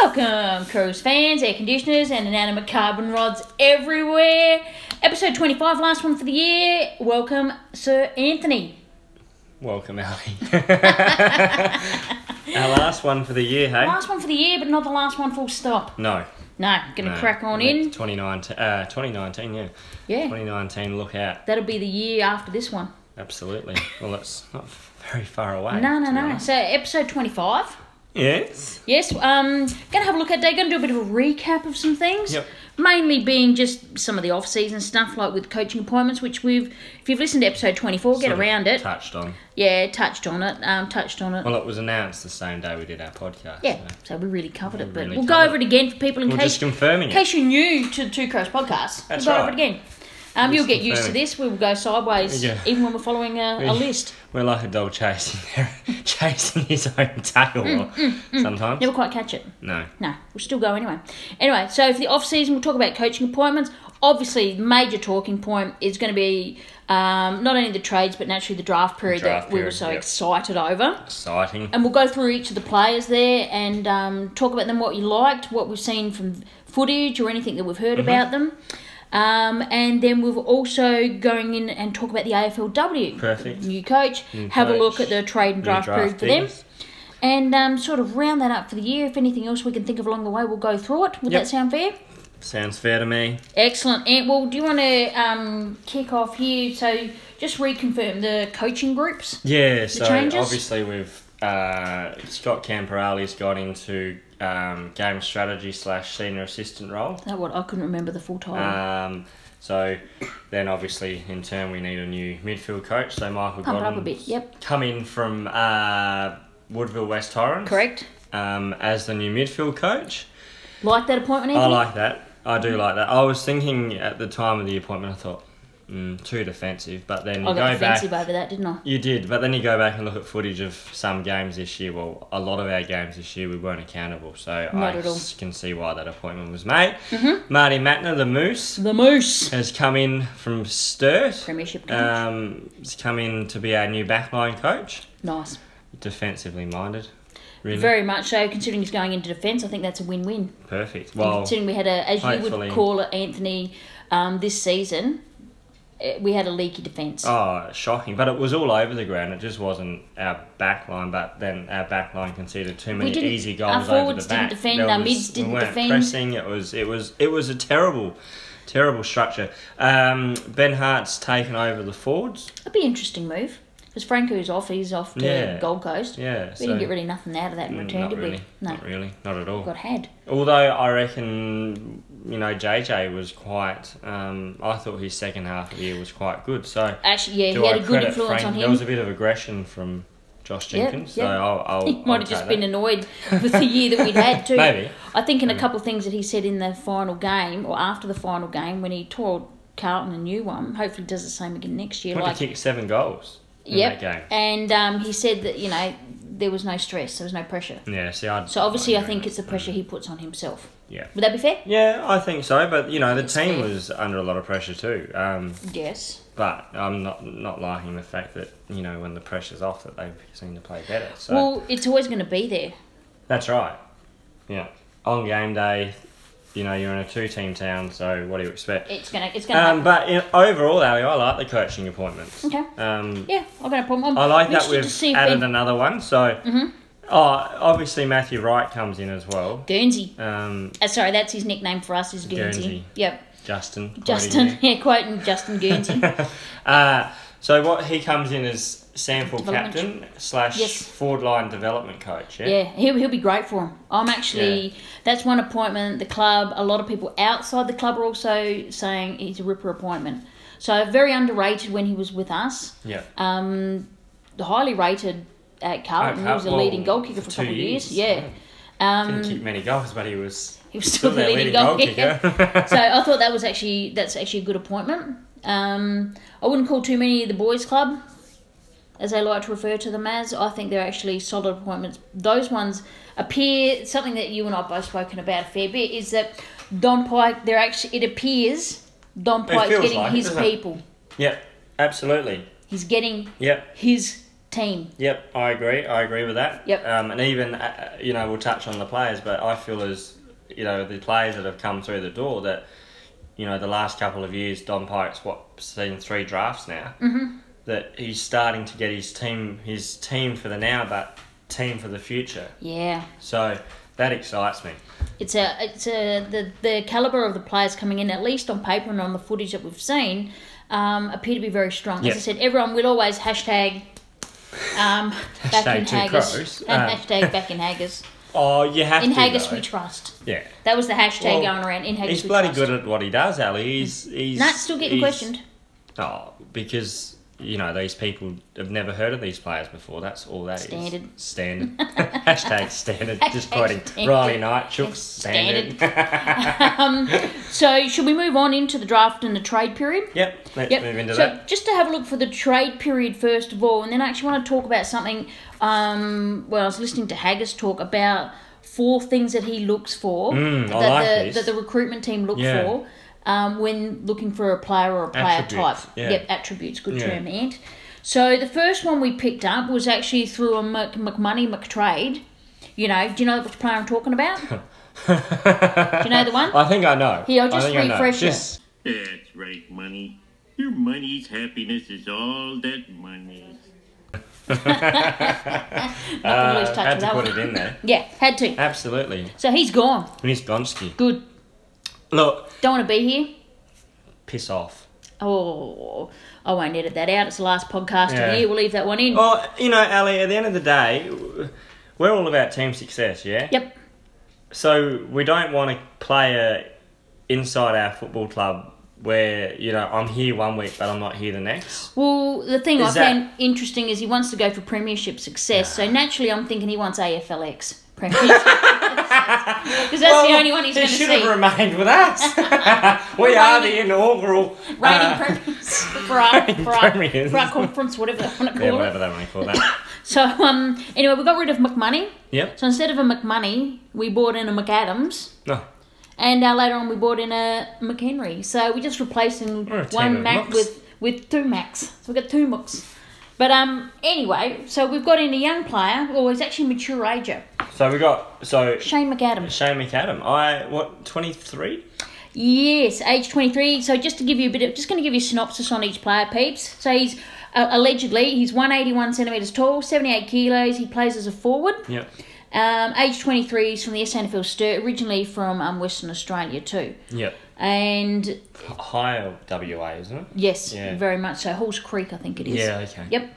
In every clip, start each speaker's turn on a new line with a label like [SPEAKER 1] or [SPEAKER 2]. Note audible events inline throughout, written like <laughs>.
[SPEAKER 1] welcome, Crows fans, air conditioners, and inanimate carbon rods everywhere. Episode 25, last one for the year. Welcome, Sir Anthony.
[SPEAKER 2] Welcome, Ali. Our last one for the year, hey?
[SPEAKER 1] Last one for the year, but not the last one, full stop.
[SPEAKER 2] No.
[SPEAKER 1] No, gonna
[SPEAKER 2] no.
[SPEAKER 1] crack on
[SPEAKER 2] Yeah,
[SPEAKER 1] in.
[SPEAKER 2] 2019, uh, 2019, yeah.
[SPEAKER 1] Yeah,
[SPEAKER 2] 2019, look out.
[SPEAKER 1] that'll be the year after this one.
[SPEAKER 2] Absolutely. Well, it's not very far away.
[SPEAKER 1] No, no,
[SPEAKER 2] to be
[SPEAKER 1] no.
[SPEAKER 2] honest.
[SPEAKER 1] So, episode 25.
[SPEAKER 2] Yes.
[SPEAKER 1] Yes, um, gonna have a look at day. Gonna do a bit of a recap of some things.
[SPEAKER 2] Yep.
[SPEAKER 1] Mainly being just some of the off-season stuff, like with coaching appointments, which we've, if you've listened to episode twenty-four, get
[SPEAKER 2] Sort of
[SPEAKER 1] around it.
[SPEAKER 2] Touched on.
[SPEAKER 1] yeah, touched on it. Um, touched on it.
[SPEAKER 2] Well, it was announced the same day we did our podcast.
[SPEAKER 1] yeah, so
[SPEAKER 2] so
[SPEAKER 1] we really covered it, but
[SPEAKER 2] really
[SPEAKER 1] we'll go
[SPEAKER 2] covered
[SPEAKER 1] over it again for people in
[SPEAKER 2] We're
[SPEAKER 1] case
[SPEAKER 2] just
[SPEAKER 1] in
[SPEAKER 2] confirming it.
[SPEAKER 1] case you're new to the Two Crows podcast.
[SPEAKER 2] That's
[SPEAKER 1] we'll go over
[SPEAKER 2] right.
[SPEAKER 1] it again. Um, you'll
[SPEAKER 2] Just
[SPEAKER 1] get used to
[SPEAKER 2] confirming.
[SPEAKER 1] this. We will go sideways,
[SPEAKER 2] Yeah.
[SPEAKER 1] even when we're following uh, a, a list.
[SPEAKER 2] We're like a dog chasing <laughs> chasing his own tail
[SPEAKER 1] Mm,
[SPEAKER 2] sometimes.
[SPEAKER 1] Never quite catch it.
[SPEAKER 2] No.
[SPEAKER 1] No, we'll still go anyway. Anyway, so for the off season, we'll talk about coaching appointments. Obviously, the major talking point is going to be um, not only the trades, but naturally the draft period
[SPEAKER 2] Draft
[SPEAKER 1] that we were
[SPEAKER 2] period,
[SPEAKER 1] so
[SPEAKER 2] yep.
[SPEAKER 1] excited over.
[SPEAKER 2] Exciting.
[SPEAKER 1] And we'll go through each of the players there and um, talk about them, what you liked, what we've seen from footage or anything that we've heard
[SPEAKER 2] Mm-hmm.
[SPEAKER 1] about them. Um, and then we're also going in and talk about the AFLW.
[SPEAKER 2] Perfect.
[SPEAKER 1] New coach. Have a
[SPEAKER 2] coach.
[SPEAKER 1] look at the trade and
[SPEAKER 2] New
[SPEAKER 1] draft, period for them.
[SPEAKER 2] pickings.
[SPEAKER 1] And um, sort of round that up for the year. If anything else we can think of along the way, we'll go through it. Would
[SPEAKER 2] Yep.
[SPEAKER 1] that sound fair?
[SPEAKER 2] Sounds fair to me.
[SPEAKER 1] Excellent. And well, do you want to um, kick off here? So just reconfirm the coaching groups.
[SPEAKER 2] Yeah, so
[SPEAKER 1] changes?
[SPEAKER 2] obviously we've uh, Scott Camperali's got into um, game strategy slash senior assistant role.
[SPEAKER 1] That what I couldn't remember the full title.
[SPEAKER 2] Um, so then obviously in turn we need a new midfield coach. So Michael
[SPEAKER 1] Pump it up a
[SPEAKER 2] Godden
[SPEAKER 1] bit, yep.
[SPEAKER 2] come in from uh, Woodville West Torrens.
[SPEAKER 1] Correct.
[SPEAKER 2] Um, as the new midfield coach.
[SPEAKER 1] Like that appointment,
[SPEAKER 2] I
[SPEAKER 1] Anthony?
[SPEAKER 2] like that. I do like that. I was thinking at the time of the appointment, I thought, mm, too defensive. But then you
[SPEAKER 1] I got
[SPEAKER 2] go back.
[SPEAKER 1] defensive over that, didn't I?
[SPEAKER 2] You did, but then you go back and look at footage of some games this year. Well, a lot of our games this year we weren't accountable, so
[SPEAKER 1] Not
[SPEAKER 2] I
[SPEAKER 1] at all. Mm-hmm.
[SPEAKER 2] s- can see why that appointment was made. Marty Matner, the Moose,
[SPEAKER 1] The Moose.
[SPEAKER 2] has come in from Sturt.
[SPEAKER 1] Premiership coach.
[SPEAKER 2] Um, he's come in to be our new backline coach,
[SPEAKER 1] nice.
[SPEAKER 2] defensively minded. Really
[SPEAKER 1] Very much so. Considering he's going into defence, I think that's a win-win.
[SPEAKER 2] perfect.
[SPEAKER 1] And
[SPEAKER 2] Well,
[SPEAKER 1] considering we had a, as you
[SPEAKER 2] hopefully-
[SPEAKER 1] would call it, Anthony, um, this season, eh, we had a leaky defence.
[SPEAKER 2] oh, shocking! But it was all over the ground. It just wasn't our backline. But then our backline conceded too many
[SPEAKER 1] didn't-
[SPEAKER 2] easy
[SPEAKER 1] our
[SPEAKER 2] goals over
[SPEAKER 1] forwards
[SPEAKER 2] the
[SPEAKER 1] didn't
[SPEAKER 2] back.
[SPEAKER 1] defend,
[SPEAKER 2] There
[SPEAKER 1] our
[SPEAKER 2] was-
[SPEAKER 1] mids
[SPEAKER 2] we
[SPEAKER 1] didn't
[SPEAKER 2] weren't
[SPEAKER 1] defend.
[SPEAKER 2] Pressing. It was it was it was a terrible, terrible structure. Um, ben Hart's taken over the forwards.
[SPEAKER 1] That'd be an interesting move. Because Franco's off, he's off to
[SPEAKER 2] Yeah.
[SPEAKER 1] Gold Coast.
[SPEAKER 2] Yeah, Mm,
[SPEAKER 1] We didn't get really nothing out of that in return,
[SPEAKER 2] not
[SPEAKER 1] did
[SPEAKER 2] really,
[SPEAKER 1] we? No.
[SPEAKER 2] not really, not at all.
[SPEAKER 1] Got had.
[SPEAKER 2] Although I reckon, you know, JJ was quite. Um, I thought his second half of the year was quite good. So
[SPEAKER 1] Actually, yeah,
[SPEAKER 2] do
[SPEAKER 1] he had
[SPEAKER 2] I
[SPEAKER 1] a good
[SPEAKER 2] credit
[SPEAKER 1] influence
[SPEAKER 2] Frank?
[SPEAKER 1] on
[SPEAKER 2] There was
[SPEAKER 1] him.
[SPEAKER 2] a bit of aggression from Josh
[SPEAKER 1] Yeah,
[SPEAKER 2] Jenkins. So
[SPEAKER 1] yeah. <laughs>
[SPEAKER 2] I'll, I'll,
[SPEAKER 1] He might
[SPEAKER 2] I'll
[SPEAKER 1] have just
[SPEAKER 2] take
[SPEAKER 1] been
[SPEAKER 2] oh, that.
[SPEAKER 1] annoyed with the year that we'd had too.
[SPEAKER 2] <laughs> Maybe.
[SPEAKER 1] I think
[SPEAKER 2] Hmm.
[SPEAKER 1] in a couple of things that he said in the final game or after the final game when he tore Carlton a new one. Hopefully, does the same again next year.
[SPEAKER 2] Well,
[SPEAKER 1] like
[SPEAKER 2] he kicked seven goals in
[SPEAKER 1] yep.
[SPEAKER 2] that
[SPEAKER 1] And um, he said that you know there was no stress, there was no pressure.
[SPEAKER 2] game. Yeah, see, I.
[SPEAKER 1] So obviously, I think it's the pressure
[SPEAKER 2] Hmm.
[SPEAKER 1] he puts on himself.
[SPEAKER 2] Yeah.
[SPEAKER 1] Would that be fair?
[SPEAKER 2] Yeah, I think so, but you know the team
[SPEAKER 1] fair.
[SPEAKER 2] was under a lot of pressure too. Um,
[SPEAKER 1] Yes.
[SPEAKER 2] but I'm not not liking the fact that you know when the pressure's off that they seem to play better. So
[SPEAKER 1] Well, it's always going to be there.
[SPEAKER 2] that's right. Yeah, on game day, you know you're in a two-team town, so what do you expect?
[SPEAKER 1] It's gonna. It's gonna. happen.
[SPEAKER 2] Um, but in, overall, Ali, I like the coaching appointments.
[SPEAKER 1] Okay.
[SPEAKER 2] Um,
[SPEAKER 1] Yeah, I've got a problem. I'm
[SPEAKER 2] I like that
[SPEAKER 1] interested
[SPEAKER 2] we've
[SPEAKER 1] to see if Mm-hmm.
[SPEAKER 2] added
[SPEAKER 1] Ben-
[SPEAKER 2] another one. So, oh, obviously Matthew Wright comes in as well.
[SPEAKER 1] Guernsey.
[SPEAKER 2] Um,
[SPEAKER 1] Uh, sorry, that's his nickname for us is Guernsey.
[SPEAKER 2] Guernsey.
[SPEAKER 1] Yep.
[SPEAKER 2] Justin. quoting you.
[SPEAKER 1] Justin, <laughs> yeah, quoting Justin Guernsey.
[SPEAKER 2] Uh, so what he comes in as sample
[SPEAKER 1] Development.
[SPEAKER 2] captain slash
[SPEAKER 1] Yes.
[SPEAKER 2] forward line development coach. Yeah.
[SPEAKER 1] yeah, he'll, he'll be great for him. I'm actually,
[SPEAKER 2] Yeah.
[SPEAKER 1] that's one appointment. The club, a lot of people outside the club are also saying he's a ripper appointment. So very underrated when he was with us.
[SPEAKER 2] Yeah.
[SPEAKER 1] Um, highly rated at Carlton. he was a
[SPEAKER 2] Well,
[SPEAKER 1] leading goal kicker for a
[SPEAKER 2] two
[SPEAKER 1] couple of years.
[SPEAKER 2] years,
[SPEAKER 1] Yeah. Um,
[SPEAKER 2] Didn't kick many goals, but he was
[SPEAKER 1] he was still the
[SPEAKER 2] their
[SPEAKER 1] leading, goal, kicker.
[SPEAKER 2] kicker. <laughs>
[SPEAKER 1] so I thought that was actually that's actually a good appointment. Um, I wouldn't call too many the boys' club, as they like to refer to them as. I think they're actually solid appointments. Those ones appear something that you and I have both spoken about a fair bit is that Don Pike. They're actually it appears Don Pike's
[SPEAKER 2] feels
[SPEAKER 1] getting
[SPEAKER 2] like it,
[SPEAKER 1] his
[SPEAKER 2] doesn't it?
[SPEAKER 1] people.
[SPEAKER 2] yep. Absolutely.
[SPEAKER 1] He's getting
[SPEAKER 2] Yep.
[SPEAKER 1] his team.
[SPEAKER 2] Yep, I agree. I agree with that.
[SPEAKER 1] Yep.
[SPEAKER 2] Um, and even uh, you know we'll touch on the players, but I feel as you know the players that have come through the door that you know the last couple of years Don Pike's what seen three drafts now
[SPEAKER 1] Mhm.
[SPEAKER 2] that he's starting to get his team his team for the now, but team for the future.
[SPEAKER 1] Yeah,
[SPEAKER 2] So that excites me.
[SPEAKER 1] it's a it's a the the caliber of the players coming in, at least on paper and on the footage that we've seen, um, appear to be very strong. As I
[SPEAKER 2] Yeah.
[SPEAKER 1] said, everyone will always hashtag. Um, back
[SPEAKER 2] Hashtag
[SPEAKER 1] in
[SPEAKER 2] two
[SPEAKER 1] Haggis.
[SPEAKER 2] crows.
[SPEAKER 1] And
[SPEAKER 2] Um,
[SPEAKER 1] hashtag back
[SPEAKER 2] <laughs>
[SPEAKER 1] in Haggis.
[SPEAKER 2] Oh, you have
[SPEAKER 1] In
[SPEAKER 2] to.
[SPEAKER 1] Haggis
[SPEAKER 2] though.
[SPEAKER 1] we trust.
[SPEAKER 2] yeah.
[SPEAKER 1] That was the hashtag
[SPEAKER 2] Well,
[SPEAKER 1] going around. In Haggis
[SPEAKER 2] He's
[SPEAKER 1] we
[SPEAKER 2] bloody
[SPEAKER 1] trust.
[SPEAKER 2] good at what he does, Ali. He's he's
[SPEAKER 1] Nah, it's still getting
[SPEAKER 2] he's-
[SPEAKER 1] questioned.
[SPEAKER 2] Oh, because you know these people have never heard of these players before. That's all that is.
[SPEAKER 1] Standard. <laughs>
[SPEAKER 2] Standard. Hashtag standard. Just
[SPEAKER 1] Hashtag
[SPEAKER 2] quoting
[SPEAKER 1] standard.
[SPEAKER 2] Riley Knight. Shook standard.
[SPEAKER 1] <laughs> um, so should we move on into the draft and the trade period?
[SPEAKER 2] Yep. Let's
[SPEAKER 1] Yep.
[SPEAKER 2] move into
[SPEAKER 1] so
[SPEAKER 2] that.
[SPEAKER 1] just to have a look for the trade period first of all, and then I actually want to talk about something. Um, well, I was listening to Haggis talk about four things that he looks for
[SPEAKER 2] Mm, I
[SPEAKER 1] that,
[SPEAKER 2] like
[SPEAKER 1] the,
[SPEAKER 2] this.
[SPEAKER 1] that the recruitment team look
[SPEAKER 2] Yeah.
[SPEAKER 1] for um, when looking for a player or a player
[SPEAKER 2] Attributes,
[SPEAKER 1] type.
[SPEAKER 2] yeah.
[SPEAKER 1] Yep, attributes. Good
[SPEAKER 2] Yeah.
[SPEAKER 1] term, Ant. So the first one we picked up was actually through a Mc, McMoney McTrade. You know, do you know which player I'm talking
[SPEAKER 2] <laughs>
[SPEAKER 1] about? do you know the one?
[SPEAKER 2] I think I know.
[SPEAKER 1] Here, I'll
[SPEAKER 2] I
[SPEAKER 1] just
[SPEAKER 2] think I know.
[SPEAKER 1] refresh it.
[SPEAKER 2] Just-
[SPEAKER 3] That's right, money. Your money's happiness is all that money.
[SPEAKER 1] Not gonna lose
[SPEAKER 2] uh,
[SPEAKER 1] touch with
[SPEAKER 2] had to
[SPEAKER 1] that
[SPEAKER 2] put
[SPEAKER 1] one.
[SPEAKER 2] it in Uh, there.
[SPEAKER 1] Yeah, had to.
[SPEAKER 2] Absolutely.
[SPEAKER 1] So he's gone.
[SPEAKER 2] Miss Gonski.
[SPEAKER 1] Good.
[SPEAKER 2] Look,
[SPEAKER 1] Don't want to be here.
[SPEAKER 2] piss off.
[SPEAKER 1] Oh, I won't edit that out. It's the last podcast of
[SPEAKER 2] Yeah. Oh.
[SPEAKER 1] the year. We'll leave that one in.
[SPEAKER 2] Well, you know, Ali. At the end of the day, we're all about team success. Yeah.
[SPEAKER 1] Yep.
[SPEAKER 2] So we don't want a player inside our football club where you know I'm here one week but I'm not here the next.
[SPEAKER 1] Well, the thing I
[SPEAKER 2] Is that-
[SPEAKER 1] found interesting is he wants to go for Premiership success. So naturally, I'm thinking he wants AFLX
[SPEAKER 2] <laughs>
[SPEAKER 1] Premiership. Because that's the only one he's
[SPEAKER 2] he
[SPEAKER 1] going to
[SPEAKER 2] should
[SPEAKER 1] see.
[SPEAKER 2] have remained with us.
[SPEAKER 1] <laughs>
[SPEAKER 2] we are the inaugural.
[SPEAKER 1] Reigning
[SPEAKER 2] uh, <laughs>
[SPEAKER 1] premiers for our, for, our,
[SPEAKER 2] premiers.
[SPEAKER 1] for our conference, whatever they want to call
[SPEAKER 2] yeah,
[SPEAKER 1] it.
[SPEAKER 2] whatever they want to
[SPEAKER 1] <laughs>
[SPEAKER 2] call that.
[SPEAKER 1] So, um, anyway, we got rid of McMoney.
[SPEAKER 2] yep.
[SPEAKER 1] So instead of a McMoney, we bought in a McAdams.
[SPEAKER 2] No.
[SPEAKER 1] and uh, later on we bought in a McHenry. So we're just replacing
[SPEAKER 2] We're a team
[SPEAKER 1] one
[SPEAKER 2] of
[SPEAKER 1] Mac
[SPEAKER 2] mucks.
[SPEAKER 1] with with two Macs. So we've got two Mucks. But um, anyway, so we've got in a young player, or he's actually mature ager,
[SPEAKER 2] So we got so
[SPEAKER 1] Shane McAdams.
[SPEAKER 2] Shane McAdam. I what twenty three.
[SPEAKER 1] Yes, age 23. So just to give you a bit of, just going to give you a synopsis on each player, peeps. So he's uh, allegedly, he's 181 centimetres tall, 78 kilos. He plays as a forward.
[SPEAKER 2] Yep.
[SPEAKER 1] Um, age 23, he's from the SNFL Stir, originally from um, Western Australia too.
[SPEAKER 2] Yep.
[SPEAKER 1] And
[SPEAKER 2] Higher WA, isn't it?
[SPEAKER 1] Yes,
[SPEAKER 2] Yeah.
[SPEAKER 1] very much so. Halls Creek, I think it is.
[SPEAKER 2] Yeah, okay.
[SPEAKER 1] Yep.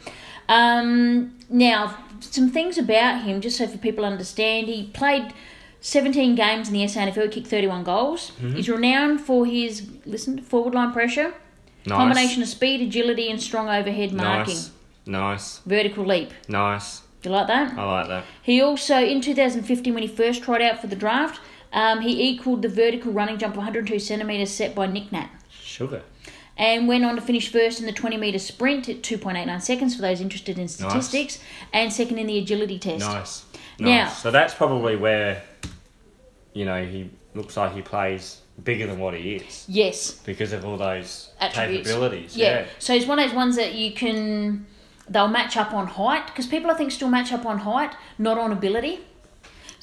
[SPEAKER 1] Um, now, some things about him, just so for people understand, he played 17 games in the SNFL, he kicked 31 goals.
[SPEAKER 2] Mm-hmm.
[SPEAKER 1] He's renowned for his listen forward line pressure,
[SPEAKER 2] Nice.
[SPEAKER 1] combination of speed, agility, and strong overhead marking,
[SPEAKER 2] Nice. Nice.
[SPEAKER 1] vertical leap.
[SPEAKER 2] Nice.
[SPEAKER 1] You like that?
[SPEAKER 2] I like that.
[SPEAKER 1] He also, in 2015, when he first tried out for the draft, um, he equalled the vertical running jump of 102 centimetres set by Nick Nat.
[SPEAKER 2] Sugar.
[SPEAKER 1] and went on to finish first in the 20 metre sprint at 2.89 seconds for those interested in statistics, and second in the agility test.
[SPEAKER 2] Nice. nice.
[SPEAKER 1] Now-
[SPEAKER 2] so that's probably where, you know, he looks like he plays bigger than what he is
[SPEAKER 1] Yes,
[SPEAKER 2] because of all those
[SPEAKER 1] attributes.
[SPEAKER 2] capabilities.
[SPEAKER 1] Yeah.
[SPEAKER 2] Yeah.
[SPEAKER 1] So it's one of those ones that you can, they'll match up on height, because people I think still match up on height, not on ability.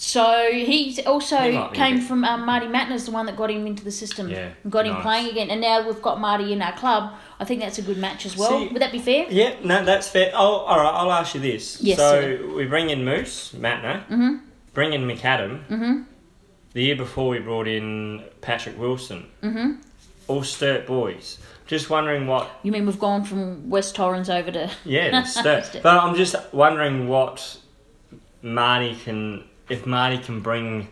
[SPEAKER 1] So he's also
[SPEAKER 2] He might be a
[SPEAKER 1] came
[SPEAKER 2] bit-
[SPEAKER 1] from um, Marty Matner's the one that got him into the system,
[SPEAKER 2] Yeah,
[SPEAKER 1] and got him
[SPEAKER 2] nice.
[SPEAKER 1] playing again, and now we've got Marty in our club. I think that's a good match as well.
[SPEAKER 2] See-
[SPEAKER 1] Would that be fair?
[SPEAKER 2] Yeah, no, that's fair. Oh, all right, I'll ask you this.
[SPEAKER 1] Yes,
[SPEAKER 2] so
[SPEAKER 1] sir.
[SPEAKER 2] we bring in Moose, Matner, mm-hmm. bring in McAdam. Mm-hmm. The year before, we brought in Patrick Wilson. Mm-hmm. All Sturt boys. Just wondering what
[SPEAKER 1] You mean we've gone from West Torrens over to
[SPEAKER 2] <laughs> Yeah, it's that. but I'm just wondering what Marty can, if Marty can bring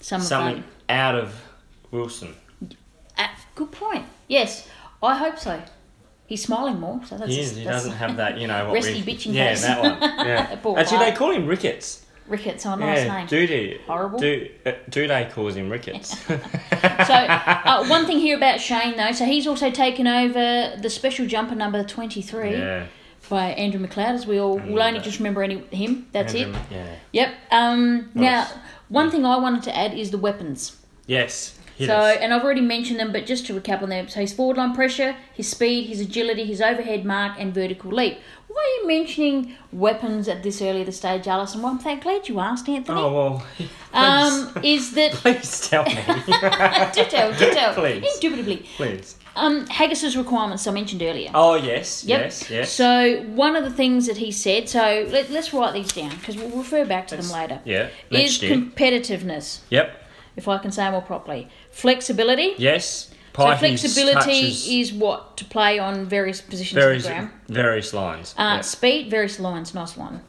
[SPEAKER 1] some of
[SPEAKER 2] something
[SPEAKER 1] them?
[SPEAKER 2] out of Wilson.
[SPEAKER 1] Uh, good point. Yes, I hope so. He's smiling more, so that's
[SPEAKER 2] He is. He
[SPEAKER 1] that's-
[SPEAKER 2] doesn't have that. You know what?
[SPEAKER 1] Resty
[SPEAKER 2] we-
[SPEAKER 1] bitching
[SPEAKER 2] Yeah,
[SPEAKER 1] face.
[SPEAKER 2] that
[SPEAKER 1] <laughs>
[SPEAKER 2] one.
[SPEAKER 1] Poor
[SPEAKER 2] Yeah. Actually,
[SPEAKER 1] guy.
[SPEAKER 2] they call him Ricketts.
[SPEAKER 1] Ricketts. Oh, nice
[SPEAKER 2] Yeah,
[SPEAKER 1] name.
[SPEAKER 2] Doody.
[SPEAKER 1] Horrible.
[SPEAKER 2] Do uh, Doody calls him Ricketts.
[SPEAKER 1] <laughs> So, uh, one thing here about Shane though, so he's also taken over the special jumper number twenty-three
[SPEAKER 2] yeah.
[SPEAKER 1] by Andrew McLeod, as we all will only
[SPEAKER 2] that.
[SPEAKER 1] just remember any, him. That's
[SPEAKER 2] Andrew-
[SPEAKER 1] it.
[SPEAKER 2] Yeah.
[SPEAKER 1] Yep. Um, now,
[SPEAKER 2] Nice.
[SPEAKER 1] one thing I wanted to add is the weapons.
[SPEAKER 2] Yes. Hit
[SPEAKER 1] so,
[SPEAKER 2] us.
[SPEAKER 1] and I've already mentioned them, but just to recap on them. So, his forward line pressure, his speed, his agility, his overhead mark, and vertical leap. Why are you mentioning weapons at this early at the stage, Alison? Well, I'm thank- glad you asked, Anthony.
[SPEAKER 2] Oh well. <laughs> Please,
[SPEAKER 1] um, is that.
[SPEAKER 2] <laughs> please tell
[SPEAKER 1] <laughs>
[SPEAKER 2] me.
[SPEAKER 1] do tell, do tell.
[SPEAKER 2] <laughs> Please.
[SPEAKER 1] Indubitably.
[SPEAKER 2] please.
[SPEAKER 1] Um, Haggis's requirements I mentioned earlier.
[SPEAKER 2] Oh yes,
[SPEAKER 1] Yep.
[SPEAKER 2] yes, yes.
[SPEAKER 1] So one of the things that he said, so let, let's write these down because we'll refer back to them later.
[SPEAKER 2] yeah.
[SPEAKER 1] Is
[SPEAKER 2] Next year.
[SPEAKER 1] competitiveness,
[SPEAKER 2] yep.
[SPEAKER 1] if I can say them all properly, flexibility.
[SPEAKER 2] Yes.
[SPEAKER 1] So
[SPEAKER 2] Pie
[SPEAKER 1] flexibility is what to play on various positions
[SPEAKER 2] various
[SPEAKER 1] in the ground.
[SPEAKER 2] various lines.
[SPEAKER 1] Uh,
[SPEAKER 2] Yep.
[SPEAKER 1] Speed, various lines, nice one.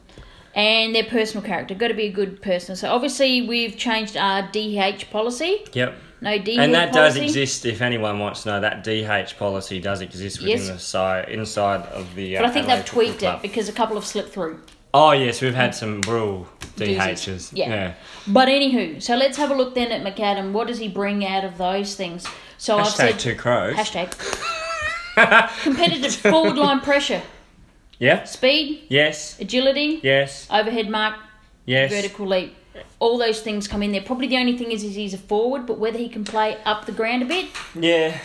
[SPEAKER 1] And their personal character, got to be a good person. So obviously we've changed our DH policy.
[SPEAKER 2] Yep.
[SPEAKER 1] No DH
[SPEAKER 2] And that
[SPEAKER 1] policy.
[SPEAKER 2] does exist. If anyone wants to know, that DH policy does exist within
[SPEAKER 1] Yes.
[SPEAKER 2] the si- inside of the. Uh,
[SPEAKER 1] But I think they've
[SPEAKER 2] Adelaide Football
[SPEAKER 1] tweaked it
[SPEAKER 2] Club.
[SPEAKER 1] because a couple have slipped through.
[SPEAKER 2] Oh yes, we've had some real
[SPEAKER 1] Doozies.
[SPEAKER 2] DHs.
[SPEAKER 1] Yeah.
[SPEAKER 2] yeah.
[SPEAKER 1] But anywho, so let's have a look then at McAdam. What does he bring out of those things? So I've
[SPEAKER 2] Hashtag
[SPEAKER 1] said
[SPEAKER 2] two crows. <laughs>
[SPEAKER 1] hashtag competitive forward line pressure,
[SPEAKER 2] Yeah.
[SPEAKER 1] speed,
[SPEAKER 2] Yes.
[SPEAKER 1] agility,
[SPEAKER 2] Yes.
[SPEAKER 1] overhead mark,
[SPEAKER 2] Yes.
[SPEAKER 1] vertical leap. All those things come in there. Probably the only thing is, is he's a forward, but whether he can play up the ground a bit,
[SPEAKER 2] Yeah.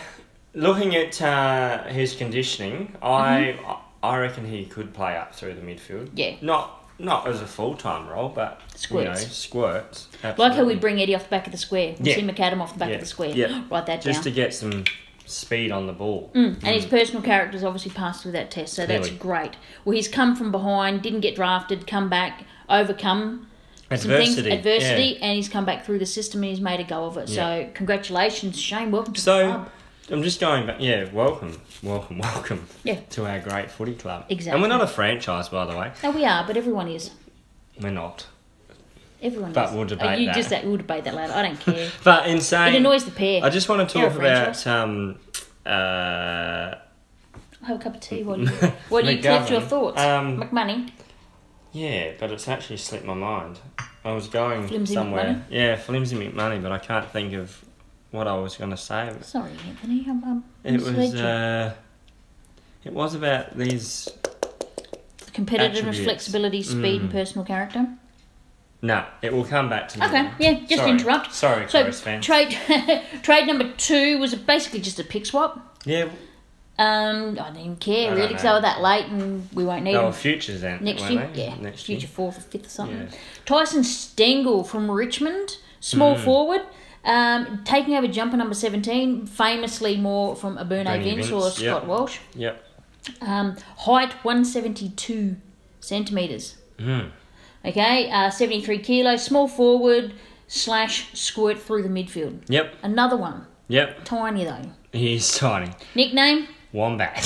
[SPEAKER 2] Looking at uh, his conditioning, I I reckon he could play up through the midfield.
[SPEAKER 1] Mm-hmm. Yeah.
[SPEAKER 2] Not not as a full time role, but You know,
[SPEAKER 1] Squirts.
[SPEAKER 2] squirts.
[SPEAKER 1] like how
[SPEAKER 2] absolutely.
[SPEAKER 1] we bring Eddie off the back of the square. We'll
[SPEAKER 2] Yeah.
[SPEAKER 1] see McAdam off the back
[SPEAKER 2] Yeah.
[SPEAKER 1] of the square.
[SPEAKER 2] Yeah.
[SPEAKER 1] Write that
[SPEAKER 2] just
[SPEAKER 1] down. Mm. Hmm.
[SPEAKER 2] to get some speed on the ball.
[SPEAKER 1] And his personal character's obviously passed through that test, so that's
[SPEAKER 2] Clearly.
[SPEAKER 1] great. Well, he's come from behind, didn't get drafted, come back, overcome some things,
[SPEAKER 2] Adversity.
[SPEAKER 1] adversity,
[SPEAKER 2] yeah.
[SPEAKER 1] and he's come back through the system and he's made a go of it. So
[SPEAKER 2] Yeah.
[SPEAKER 1] congratulations, Shane. Welcome to the
[SPEAKER 2] So
[SPEAKER 1] club.
[SPEAKER 2] I'm just going back. Yeah. Welcome. Welcome. <laughs> Welcome.
[SPEAKER 1] Yeah.
[SPEAKER 2] To our great footy club. And
[SPEAKER 1] Exactly.
[SPEAKER 2] we're not a franchise, by the way.
[SPEAKER 1] No, we are, but everyone is.
[SPEAKER 2] We're not.
[SPEAKER 1] Everyone
[SPEAKER 2] But
[SPEAKER 1] is.
[SPEAKER 2] we'll
[SPEAKER 1] Oh,
[SPEAKER 2] debate
[SPEAKER 1] you
[SPEAKER 2] that.
[SPEAKER 1] Just, we'll debate that later. I
[SPEAKER 2] <laughs>
[SPEAKER 1] don't care.
[SPEAKER 2] But in saying,
[SPEAKER 1] it annoys the pair.
[SPEAKER 2] I just want to
[SPEAKER 1] They're a
[SPEAKER 2] talk about
[SPEAKER 1] franchise.
[SPEAKER 2] um, uh,
[SPEAKER 1] I'll have a cup of tea
[SPEAKER 2] <laughs>
[SPEAKER 1] while you, while you collect your
[SPEAKER 2] McGovern.
[SPEAKER 1] thoughts.
[SPEAKER 2] Um,
[SPEAKER 1] McMoney.
[SPEAKER 2] Yeah, but it's actually slipped my mind. I was going
[SPEAKER 1] Flimsy
[SPEAKER 2] somewhere.
[SPEAKER 1] McMoney?
[SPEAKER 2] Yeah, flimsy McMoney, but I can't think of what I was going to say.
[SPEAKER 1] Sorry, Anthony. I'm, I'm
[SPEAKER 2] It was.
[SPEAKER 1] misled you.
[SPEAKER 2] Uh, it was about these.
[SPEAKER 1] competitiveness,
[SPEAKER 2] attributes. Mm.
[SPEAKER 1] flexibility, speed, and personal character.
[SPEAKER 2] No, it will come back to me.
[SPEAKER 1] Okay, yeah, just
[SPEAKER 2] Sorry.
[SPEAKER 1] interrupt.
[SPEAKER 2] Sorry,
[SPEAKER 1] So
[SPEAKER 2] Crows fans.
[SPEAKER 1] trade <laughs> trade number two was basically just a pick swap.
[SPEAKER 2] yeah,
[SPEAKER 1] Um, I didn't care
[SPEAKER 2] I
[SPEAKER 1] really
[SPEAKER 2] don't
[SPEAKER 1] because
[SPEAKER 2] know.
[SPEAKER 1] they were that late and we won't need
[SPEAKER 2] they were
[SPEAKER 1] them
[SPEAKER 2] futures then.
[SPEAKER 1] next year.
[SPEAKER 2] weren't they?
[SPEAKER 1] Yeah,
[SPEAKER 2] Next
[SPEAKER 1] future
[SPEAKER 2] year.
[SPEAKER 1] fourth or fifth or something.
[SPEAKER 2] Yeah.
[SPEAKER 1] Tyson Stengel from Richmond, small
[SPEAKER 2] Hmm.
[SPEAKER 1] forward, um, taking over jumper number seventeen, famously more from Aberne
[SPEAKER 2] Aberne
[SPEAKER 1] Vince
[SPEAKER 2] Vince,
[SPEAKER 1] or
[SPEAKER 2] yeah.
[SPEAKER 1] Scott Walsh.
[SPEAKER 2] Yep.
[SPEAKER 1] Um, height 172 centimetres. Okay, uh, 73 kilos, small forward slash squirt through the midfield.
[SPEAKER 2] Yep.
[SPEAKER 1] Another one,
[SPEAKER 2] Yep.
[SPEAKER 1] tiny though.
[SPEAKER 2] He's tiny.
[SPEAKER 1] Nickname? <laughs>
[SPEAKER 2] Wombat.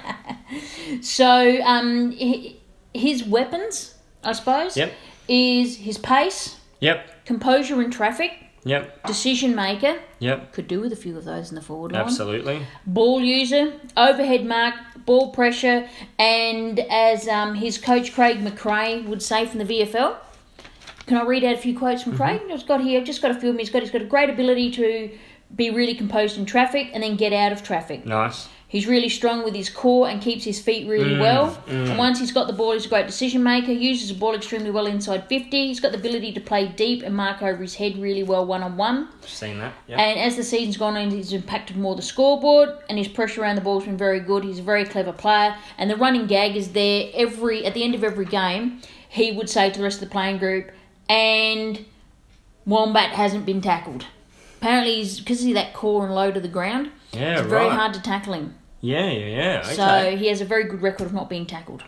[SPEAKER 2] <laughs>
[SPEAKER 1] So um, hi- his weapons, I suppose,
[SPEAKER 2] Yep.
[SPEAKER 1] is his pace,
[SPEAKER 2] yep.
[SPEAKER 1] composure in traffic,
[SPEAKER 2] Yep.
[SPEAKER 1] decision maker.
[SPEAKER 2] Yep.
[SPEAKER 1] Could do with a few of those in the forward line.
[SPEAKER 2] Absolutely.
[SPEAKER 1] ball user, overhead mark, ball pressure, and as um, his coach Craig McRae would say from the VFL. Can I read out a few quotes from Craig? I've got here, I've just got a few of them. He's got, he's got a great ability to be really composed in traffic and then get out of traffic.
[SPEAKER 2] Nice.
[SPEAKER 1] He's really strong with his core and keeps his feet really well. And once he's got the ball, he's a great decision maker. Uses the ball extremely well inside 50. He's got the ability to play deep and mark over his head really well one on one.
[SPEAKER 2] Seen that. Yep.
[SPEAKER 1] And as the season's gone on, he's impacted more the scoreboard, and his pressure around the ball's been very good. He's a very clever player, and the running gag is there every at the end of every game. He would say to the rest of the playing group, and Wombat hasn't been tackled. Apparently, he's because he's that core and low to the ground.
[SPEAKER 2] yeah.
[SPEAKER 1] It's
[SPEAKER 2] right.
[SPEAKER 1] very hard to tackle him.
[SPEAKER 2] Yeah. Yeah. Yeah. Okay.
[SPEAKER 1] So he has a very good record of not being tackled.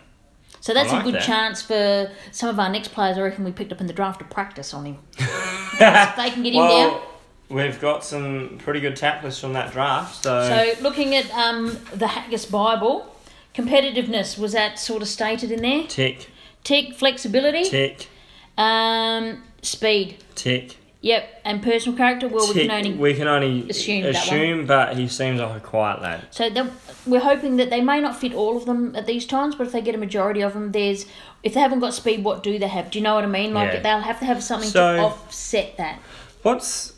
[SPEAKER 1] So that's
[SPEAKER 2] I like
[SPEAKER 1] a good
[SPEAKER 2] that.
[SPEAKER 1] chance for some of our next players. I reckon we picked up in the draft to practice on him.
[SPEAKER 2] <laughs>
[SPEAKER 1] if they can get him down.
[SPEAKER 2] Well, we've got some pretty good tacklers from that draft, so,
[SPEAKER 1] So looking at um, the Haggis Bible, competitiveness was that sort of stated in there.
[SPEAKER 2] tick,
[SPEAKER 1] Tick flexibility,
[SPEAKER 2] tick,
[SPEAKER 1] um, speed.
[SPEAKER 2] tick.
[SPEAKER 1] Yep, and personal character. Well, we
[SPEAKER 2] tick.
[SPEAKER 1] can only
[SPEAKER 2] we can only
[SPEAKER 1] assume
[SPEAKER 2] assume,
[SPEAKER 1] that
[SPEAKER 2] but he seems like a quiet lad.
[SPEAKER 1] so that, we're hoping that they may not fit all of them at these times, but if they get a majority of them, there's if they haven't got speed, what do they have? Do you know what I mean? Like
[SPEAKER 2] Yeah.
[SPEAKER 1] they'll have to have something
[SPEAKER 2] So-
[SPEAKER 1] to offset that.
[SPEAKER 2] What's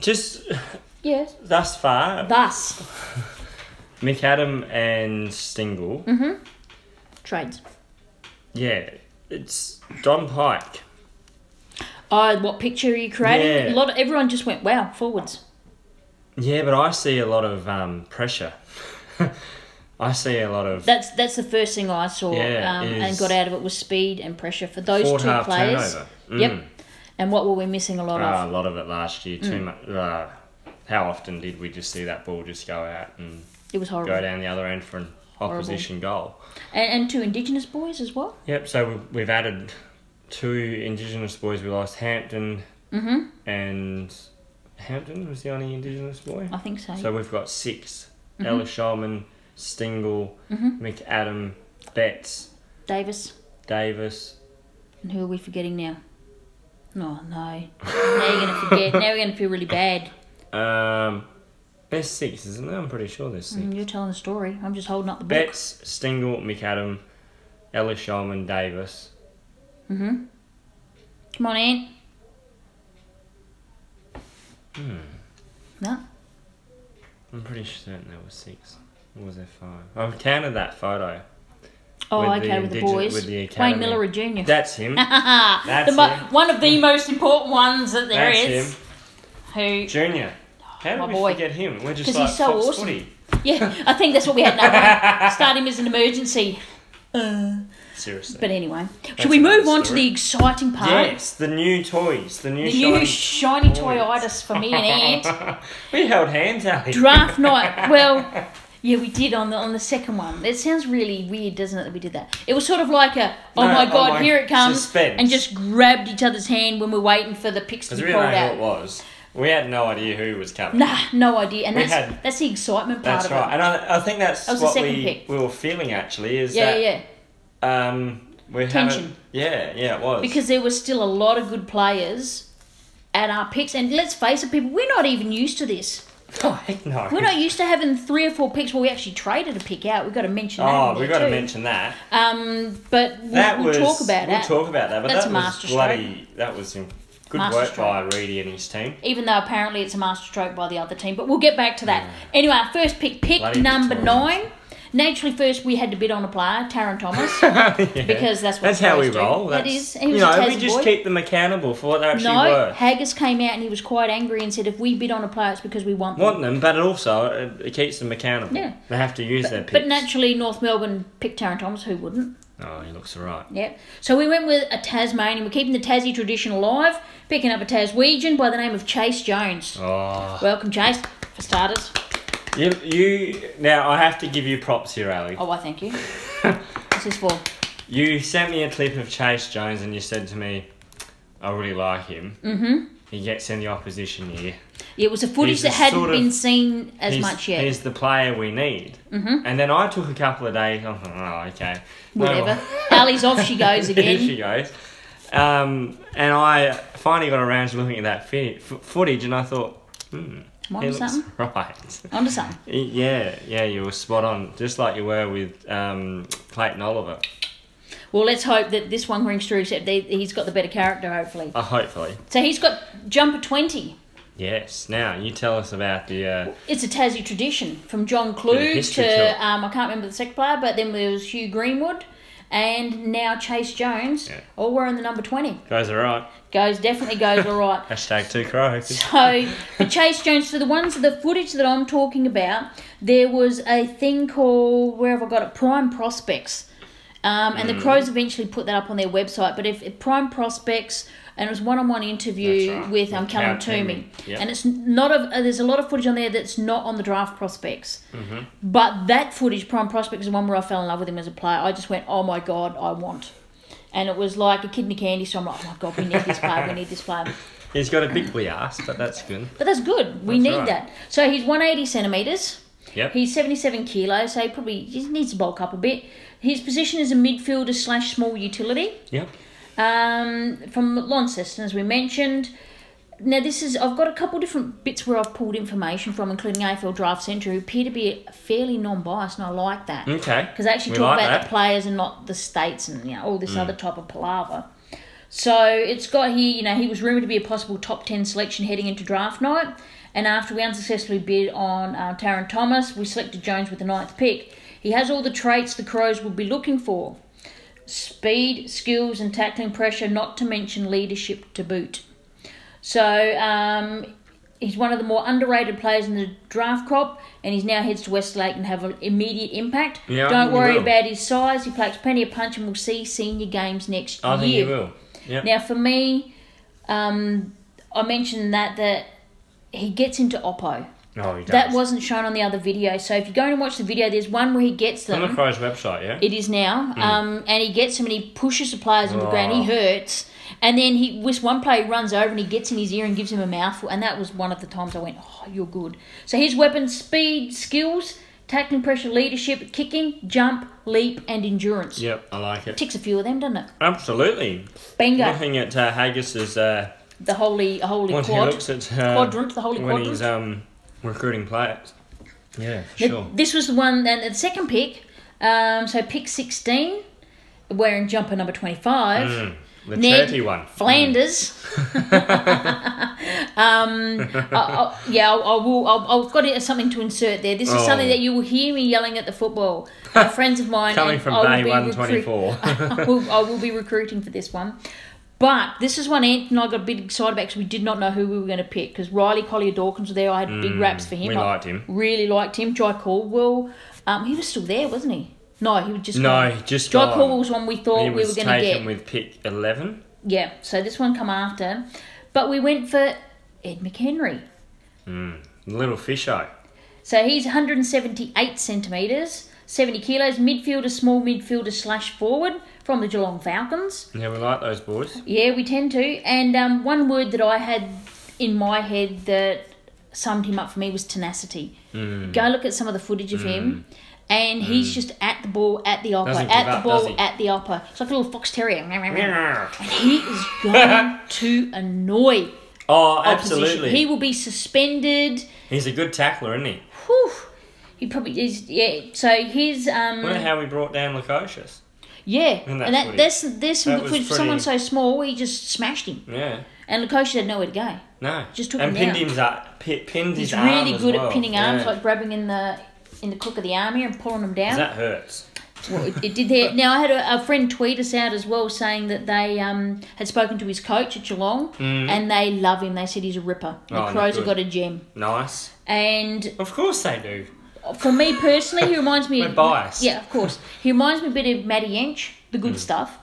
[SPEAKER 2] just
[SPEAKER 1] Yes.
[SPEAKER 2] thus far,
[SPEAKER 1] Thus
[SPEAKER 2] McAdam and Stingle.
[SPEAKER 1] trades.
[SPEAKER 2] Yeah, it's Don Pike.
[SPEAKER 1] oh, what picture are you creating? A
[SPEAKER 2] Yeah.
[SPEAKER 1] lot. Of, everyone just went wow forwards.
[SPEAKER 2] Yeah, but I see a lot of um, pressure. <laughs> I see a lot of
[SPEAKER 1] That's that's the first thing I saw
[SPEAKER 2] Yeah,
[SPEAKER 1] um,
[SPEAKER 2] is-
[SPEAKER 1] and got out of it was speed and pressure for those
[SPEAKER 2] forward
[SPEAKER 1] two
[SPEAKER 2] half
[SPEAKER 1] players.
[SPEAKER 2] turnover. Mm.
[SPEAKER 1] Yep. And what were we missing a lot
[SPEAKER 2] Ah,
[SPEAKER 1] of? Mm.
[SPEAKER 2] a lot of it last year. Too much. Uh, how often did we just see that ball just go out and
[SPEAKER 1] It was horrible.
[SPEAKER 2] go down the other end for an opposition goal?
[SPEAKER 1] And, and two Indigenous boys as well.
[SPEAKER 2] Yep. So we've, we've added two Indigenous boys. We lost Hampton
[SPEAKER 1] Mm-hmm.
[SPEAKER 2] and Hampton was the only Indigenous boy.
[SPEAKER 1] I think so.
[SPEAKER 2] So we've got 6
[SPEAKER 1] Mm-hmm.
[SPEAKER 2] Ella Shulman, Stingle, McAdam, Betts,
[SPEAKER 1] Davis.
[SPEAKER 2] Davis.
[SPEAKER 1] And who are we forgetting now? Oh, No, no. now you're gonna forget. Now you're gonna feel really bad.
[SPEAKER 2] Um, best six, isn't it? I'm pretty sure there's six.
[SPEAKER 1] Mm, You're telling the story. I'm just holding up the book.
[SPEAKER 2] Betts, Stingle, McAdam, Ella Shulman, Davis.
[SPEAKER 1] Come on, Ant.
[SPEAKER 2] Hmm.
[SPEAKER 1] No.
[SPEAKER 2] I'm pretty certain there was six. Or was there five? I've counted that photo.
[SPEAKER 1] Oh,
[SPEAKER 2] With the
[SPEAKER 1] okay, with the
[SPEAKER 2] indige-
[SPEAKER 1] boys.
[SPEAKER 2] with the
[SPEAKER 1] Wayne
[SPEAKER 2] academy.
[SPEAKER 1] Miller Jr. <laughs>
[SPEAKER 2] That's him.
[SPEAKER 1] That's
[SPEAKER 2] him.
[SPEAKER 1] one of
[SPEAKER 2] <laughs>
[SPEAKER 1] the most important ones that there
[SPEAKER 2] That's
[SPEAKER 1] is.
[SPEAKER 2] him.
[SPEAKER 1] Who?
[SPEAKER 2] Junior. How did
[SPEAKER 1] My
[SPEAKER 2] we
[SPEAKER 1] boy.
[SPEAKER 2] forget him? We're just
[SPEAKER 1] 'Cause
[SPEAKER 2] like
[SPEAKER 1] he's so
[SPEAKER 2] Fox
[SPEAKER 1] awesome.
[SPEAKER 2] Footy.
[SPEAKER 1] Yeah, I think that's what we had.
[SPEAKER 2] <laughs>
[SPEAKER 1] Now. Start him as an emergency. Uh,
[SPEAKER 2] Seriously.
[SPEAKER 1] but anyway, should we
[SPEAKER 2] another
[SPEAKER 1] move on to
[SPEAKER 2] story.
[SPEAKER 1] the exciting part?
[SPEAKER 2] yes, the new toys. The new,
[SPEAKER 1] The
[SPEAKER 2] shiny
[SPEAKER 1] new shiny
[SPEAKER 2] toys.
[SPEAKER 1] toyitis for <laughs> me and Ant.
[SPEAKER 2] <laughs> we held hands, Ali.
[SPEAKER 1] draft night.
[SPEAKER 2] <laughs>
[SPEAKER 1] Well, yeah, we did on the on the second one. It sounds really weird, doesn't it? That we did that. It was sort of like a oh
[SPEAKER 2] No,
[SPEAKER 1] my
[SPEAKER 2] oh
[SPEAKER 1] god,
[SPEAKER 2] my-
[SPEAKER 1] here it comes,
[SPEAKER 2] suspense.
[SPEAKER 1] and just grabbed each other's hand when we're waiting for the picks to
[SPEAKER 2] Because
[SPEAKER 1] be
[SPEAKER 2] we
[SPEAKER 1] called
[SPEAKER 2] didn't know who it
[SPEAKER 1] out.
[SPEAKER 2] was. We had no idea who was coming.
[SPEAKER 1] Nah, no idea. And
[SPEAKER 2] We
[SPEAKER 1] that's
[SPEAKER 2] had-
[SPEAKER 1] that's the excitement part
[SPEAKER 2] that's
[SPEAKER 1] of
[SPEAKER 2] right.
[SPEAKER 1] it.
[SPEAKER 2] And I, I think that's
[SPEAKER 1] That was the
[SPEAKER 2] what
[SPEAKER 1] second
[SPEAKER 2] we,
[SPEAKER 1] pick.
[SPEAKER 2] we were feeling actually is
[SPEAKER 1] Yeah,
[SPEAKER 2] that
[SPEAKER 1] yeah, yeah.
[SPEAKER 2] um we
[SPEAKER 1] Tension.
[SPEAKER 2] haven't yeah yeah it was
[SPEAKER 1] Because there were still a lot of good players at our picks, and let's face it, people, we're not even used to this.
[SPEAKER 2] <laughs> oh heck no
[SPEAKER 1] We're not used to having three or four picks where we actually traded a pick out. We've got to mention that.
[SPEAKER 2] oh
[SPEAKER 1] in
[SPEAKER 2] we've
[SPEAKER 1] there
[SPEAKER 2] got to
[SPEAKER 1] too.
[SPEAKER 2] mention that
[SPEAKER 1] Um, but we'll,
[SPEAKER 2] that
[SPEAKER 1] we'll
[SPEAKER 2] was
[SPEAKER 1] talk about
[SPEAKER 2] we'll
[SPEAKER 1] that.
[SPEAKER 2] talk about that but
[SPEAKER 1] That's
[SPEAKER 2] that
[SPEAKER 1] a masterstroke.
[SPEAKER 2] was bloody that was some good
[SPEAKER 1] Masterstroke.
[SPEAKER 2] work by Reedy and his
[SPEAKER 1] <laughs>
[SPEAKER 2] team
[SPEAKER 1] even though apparently it's a masterstroke by the other team. But we'll get back to that. Anyway, our first pick, pick
[SPEAKER 2] Bloody
[SPEAKER 1] number
[SPEAKER 2] Victorians.
[SPEAKER 1] nine. Naturally, first we had to bid on a player, Taron
[SPEAKER 2] <laughs>
[SPEAKER 1] Thomas.
[SPEAKER 2] Yeah.
[SPEAKER 1] Because that's what
[SPEAKER 2] that's how we
[SPEAKER 1] players do.
[SPEAKER 2] roll
[SPEAKER 1] That
[SPEAKER 2] that's,
[SPEAKER 1] is- he was
[SPEAKER 2] you
[SPEAKER 1] a
[SPEAKER 2] know we
[SPEAKER 1] Tassie
[SPEAKER 2] just
[SPEAKER 1] boy.
[SPEAKER 2] keep them accountable for what they're actually
[SPEAKER 1] no,
[SPEAKER 2] worth
[SPEAKER 1] Haggis came out and he was quite angry and said, "If we bid on a player, it's because we want them."
[SPEAKER 2] want them but it also it, it keeps them accountable
[SPEAKER 1] Yeah.
[SPEAKER 2] they have to use their picks
[SPEAKER 1] But naturally, North Melbourne picked Taron Thomas. Who wouldn't?
[SPEAKER 2] oh he looks alright
[SPEAKER 1] Yep. So we went with a Tasmanian. We're keeping the Tassie tradition alive, picking up a Taswegian by the name of Chase Jones.
[SPEAKER 2] oh
[SPEAKER 1] Welcome, Chase, for starters.
[SPEAKER 2] you, you now I have to give you props here Ali
[SPEAKER 1] Oh, I thank
[SPEAKER 2] <laughs>
[SPEAKER 1] you. What's this for?
[SPEAKER 2] You sent me a clip of Chase Jones and you said to me, I really like him. Mm-hmm. He gets in the opposition here.
[SPEAKER 1] Yeah, it was a footage
[SPEAKER 2] He's
[SPEAKER 1] that
[SPEAKER 2] the
[SPEAKER 1] hadn't
[SPEAKER 2] sort of-
[SPEAKER 1] been seen as
[SPEAKER 2] he's,
[SPEAKER 1] much yet.
[SPEAKER 2] He's the player we need. Mm-hmm. And then I took a couple of days. <laughs> Oh, oh, okay. No
[SPEAKER 1] whatever.
[SPEAKER 2] more.
[SPEAKER 1] Ali's off she
[SPEAKER 2] <laughs>
[SPEAKER 1] goes
[SPEAKER 2] Here
[SPEAKER 1] again.
[SPEAKER 2] she goes. Um, and I finally got around to looking at that fi- f- footage and I thought, hmm,
[SPEAKER 1] Am I
[SPEAKER 2] he
[SPEAKER 1] onto
[SPEAKER 2] looks
[SPEAKER 1] something?
[SPEAKER 2] <laughs> right.
[SPEAKER 1] Onto something.
[SPEAKER 2] yeah, yeah, you were spot on. Just like you were with um, Clayton Oliver.
[SPEAKER 1] Well, let's hope that this one rings true, except they, he's got the better character, hopefully.
[SPEAKER 2] Uh, hopefully.
[SPEAKER 1] So he's got jumper 20.
[SPEAKER 2] Yes. Now, you tell us about the... Uh,
[SPEAKER 1] It's a Tassie tradition from John
[SPEAKER 2] Bit of
[SPEAKER 1] Clue
[SPEAKER 2] history to it.
[SPEAKER 1] to, um, I can't remember the second player, but then there was Hugh Greenwood and now Chase Jones,
[SPEAKER 2] Yeah.
[SPEAKER 1] all wearing the number 20.
[SPEAKER 2] guys are right.
[SPEAKER 1] Goes, definitely goes all
[SPEAKER 2] <laughs>
[SPEAKER 1] right.
[SPEAKER 2] Hashtag two crows.
[SPEAKER 1] So for Chase Jones, for the ones the footage that I'm talking about, there was a thing called where have I got it? Prime Prospects, um, and
[SPEAKER 2] Mm.
[SPEAKER 1] the Crows eventually put that up on their website. But if, if Prime Prospects, and it was one-on-one interview
[SPEAKER 2] That's right,
[SPEAKER 1] with um,
[SPEAKER 2] with
[SPEAKER 1] Callum
[SPEAKER 2] Callum
[SPEAKER 1] Toomey,
[SPEAKER 2] Toomey, yep.
[SPEAKER 1] and it's not of uh, there's a lot of footage on there that's not on the draft prospects,
[SPEAKER 2] Mm-hmm.
[SPEAKER 1] but that footage Prime Prospects is the one where I fell in love with him as a player. I just went, oh my god, I want. And it was like a kidney candy, so I'm like, oh my god, we need this player, we need this player.
[SPEAKER 2] He's got a big wee ass, but that's good.
[SPEAKER 1] But that's good. We
[SPEAKER 2] That's
[SPEAKER 1] need
[SPEAKER 2] right.
[SPEAKER 1] that. So he's 180 centimetres.
[SPEAKER 2] Yep.
[SPEAKER 1] He's 77 kilos, so he probably he needs to bulk up a bit. His position is a midfielder slash small utility
[SPEAKER 2] yep.
[SPEAKER 1] um, from Launceston, as we mentioned. Now, this is I've got a couple different bits where I've pulled information from, including AFL Draft Centre, who appear to be fairly non-biased, and I like that
[SPEAKER 2] Okay.
[SPEAKER 1] because they actually
[SPEAKER 2] We
[SPEAKER 1] talk
[SPEAKER 2] like
[SPEAKER 1] about
[SPEAKER 2] that. Mm.
[SPEAKER 1] the players and not the states and you know all this other type of palaver. So it's got here, you know, he was rumoured to be a possible top 10 selection heading into draft night. And after we unsuccessfully bid on uh, Taron Thomas, we selected Jones with the ninth pick. He has all the traits the Crows would be looking for. speed, skills, and tackling pressure, not to mention leadership to boot. So um, he's one of the more underrated players in the draft crop, and he's now heads to Westlake and have an immediate impact.
[SPEAKER 2] Yeah, I think
[SPEAKER 1] Don't
[SPEAKER 2] he
[SPEAKER 1] worry
[SPEAKER 2] will.
[SPEAKER 1] about his size; he plays plenty of punch, and will see senior games next
[SPEAKER 2] I think
[SPEAKER 1] year.
[SPEAKER 2] he will. Yeah.
[SPEAKER 1] Now, for me, um, I mentioned that that he gets into Oppo.
[SPEAKER 2] oh, he does.
[SPEAKER 1] That wasn't shown on the other video. So if you go and watch the video, there's one where he gets
[SPEAKER 2] on
[SPEAKER 1] them.
[SPEAKER 2] the Crows website. Yeah.
[SPEAKER 1] It is now. Um, and he gets him and he pushes the players into the ground. He
[SPEAKER 2] Mm. Oh.
[SPEAKER 1] hurts. And then he with one play he runs over and he gets in his ear and gives him a mouthful. And that was one of the times I went, oh, you're good. So his weapons, speed, skills, tackling pressure, leadership, kicking, jump, leap, and endurance.
[SPEAKER 2] Yep, I like it.
[SPEAKER 1] Ticks a few of them, doesn't it?
[SPEAKER 2] Absolutely.
[SPEAKER 1] Bingo.
[SPEAKER 2] Looking at uh, Haggis's uh,
[SPEAKER 1] The holy, holy
[SPEAKER 2] when
[SPEAKER 1] quad.
[SPEAKER 2] he looks at uh,
[SPEAKER 1] Quadrant, the holy
[SPEAKER 2] when
[SPEAKER 1] quadrant.
[SPEAKER 2] he's um, recruiting players. Yeah, for
[SPEAKER 1] The-
[SPEAKER 2] sure.
[SPEAKER 1] This was the one, and the second pick. Um, so pick sixteen, wearing jumper number twenty-five.
[SPEAKER 2] Mm. The
[SPEAKER 1] Ned
[SPEAKER 2] charity one. <laughs>
[SPEAKER 1] Flanders. um, I, I, yeah, I, I will. I'll, I've got it- something to insert there. This is
[SPEAKER 2] Oh.
[SPEAKER 1] something that you will hear me yelling at the football.
[SPEAKER 2] <laughs>
[SPEAKER 1] Uh, friends of mine
[SPEAKER 2] Coming
[SPEAKER 1] and
[SPEAKER 2] from
[SPEAKER 1] I will
[SPEAKER 2] Bay
[SPEAKER 1] be
[SPEAKER 2] One
[SPEAKER 1] recruit- <laughs>
[SPEAKER 2] Twenty Four.
[SPEAKER 1] I will, I will be recruiting for this one. But this is one Ant and I got a bit excited about because we did not know who we were going to pick because Riley Collier Dawkins was there. I had big raps for him.
[SPEAKER 2] Mm, we
[SPEAKER 1] I
[SPEAKER 2] liked him.
[SPEAKER 1] Really liked him. Jai Caldwell. Um, he was still there, wasn't he? No, he was just
[SPEAKER 2] No,
[SPEAKER 1] gone.
[SPEAKER 2] he just
[SPEAKER 1] Jai
[SPEAKER 2] gone.
[SPEAKER 1] Caldwell was one we thought
[SPEAKER 2] <laughs> he
[SPEAKER 1] we were
[SPEAKER 2] was
[SPEAKER 1] going to
[SPEAKER 2] taken
[SPEAKER 1] get.
[SPEAKER 2] with pick eleven.
[SPEAKER 1] Yeah, so this one come after, but we went for Ed McHenry.
[SPEAKER 2] Little Fisho.
[SPEAKER 1] So he's 178 centimeters, 70 kilos, midfielder, small midfielder slash forward from the Geelong Falcons.
[SPEAKER 2] Yeah, we like
[SPEAKER 1] <laughs>
[SPEAKER 2] those boys.
[SPEAKER 1] Yeah, we tend to. And um, one word that I had in my head that summed him up for me was tenacity.
[SPEAKER 2] Mm.
[SPEAKER 1] Go look at some of the footage of him. And he's just at the ball, at the upper,
[SPEAKER 2] Doesn't
[SPEAKER 1] at
[SPEAKER 2] give
[SPEAKER 1] the
[SPEAKER 2] up, does
[SPEAKER 1] ball,
[SPEAKER 2] he?
[SPEAKER 1] at the upper. It's like a little fox terrier. <laughs>
[SPEAKER 2] Oh,
[SPEAKER 1] he is
[SPEAKER 2] <laughs>
[SPEAKER 1] going to annoy opposition.
[SPEAKER 2] Oh, absolutely.
[SPEAKER 1] He will be suspended.
[SPEAKER 2] He's a good tackler, isn't he?
[SPEAKER 1] Whew. He probably is. Yeah. So his
[SPEAKER 2] Wonder
[SPEAKER 1] um.
[SPEAKER 2] how we brought down Lukosius.
[SPEAKER 1] Yeah. And
[SPEAKER 2] And that
[SPEAKER 1] that
[SPEAKER 2] footy.
[SPEAKER 1] that's there's some
[SPEAKER 2] That
[SPEAKER 1] good
[SPEAKER 2] was
[SPEAKER 1] footage. for Someone so
[SPEAKER 2] pretty-
[SPEAKER 1] small, he just smashed him.
[SPEAKER 2] Yeah.
[SPEAKER 1] And Lukosha had nowhere to go.
[SPEAKER 2] No.
[SPEAKER 1] Just took
[SPEAKER 2] and
[SPEAKER 1] him
[SPEAKER 2] pinned
[SPEAKER 1] down.
[SPEAKER 2] him up. Pi- pinned
[SPEAKER 1] He's
[SPEAKER 2] his arm
[SPEAKER 1] really
[SPEAKER 2] as
[SPEAKER 1] good
[SPEAKER 2] well.
[SPEAKER 1] at pinning arms,
[SPEAKER 2] Yeah.
[SPEAKER 1] like grabbing in the in the crook of the arm here and pulling them down.
[SPEAKER 2] that hurts.
[SPEAKER 1] Well, it, it did
[SPEAKER 2] <laughs>
[SPEAKER 1] there. Now I had a, a friend tweet us out as well, saying that they um, had spoken to his coach at Geelong and they love him. They said he's a ripper. The
[SPEAKER 2] Mm. Oh, no
[SPEAKER 1] Crows have
[SPEAKER 2] good.
[SPEAKER 1] got a gem,
[SPEAKER 2] Nice.
[SPEAKER 1] and
[SPEAKER 2] Of course they do.
[SPEAKER 1] for me personally, he reminds me.
[SPEAKER 2] We're biased. Hmm.
[SPEAKER 1] Yeah, of course. He reminds me a bit of Matty Yench, the good stuff,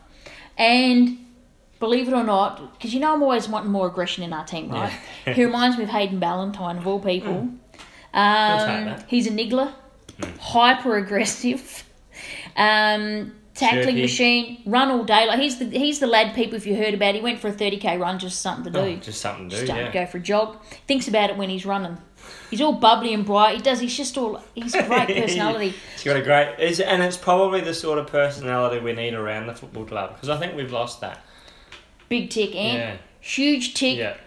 [SPEAKER 1] and believe it or not, because you know I'm always wanting more aggression in our team, right?
[SPEAKER 2] Yeah.
[SPEAKER 1] he reminds me of Hayden Ballantyne of all people.
[SPEAKER 2] take
[SPEAKER 1] Um,
[SPEAKER 2] that. Hmm.
[SPEAKER 1] he's a niggler, hyper aggressive, um, tackling
[SPEAKER 2] Jerky.
[SPEAKER 1] machine, run all day. Like he's the he's the lad people if you heard about. He went for a thirty k run, just something to do.
[SPEAKER 2] Oh, just something to do.
[SPEAKER 1] Just don't
[SPEAKER 2] yeah.
[SPEAKER 1] go for a jog. Thinks about it when he's running. He's all bubbly and bright. He does. He's just all. He's a
[SPEAKER 2] <laughs>
[SPEAKER 1] great personality.
[SPEAKER 2] He's got a great, it's, and it's probably the sort of personality we need around the football club because I think we've lost that.
[SPEAKER 1] Big tick and
[SPEAKER 2] Yeah.
[SPEAKER 1] huge tick
[SPEAKER 2] Yeah,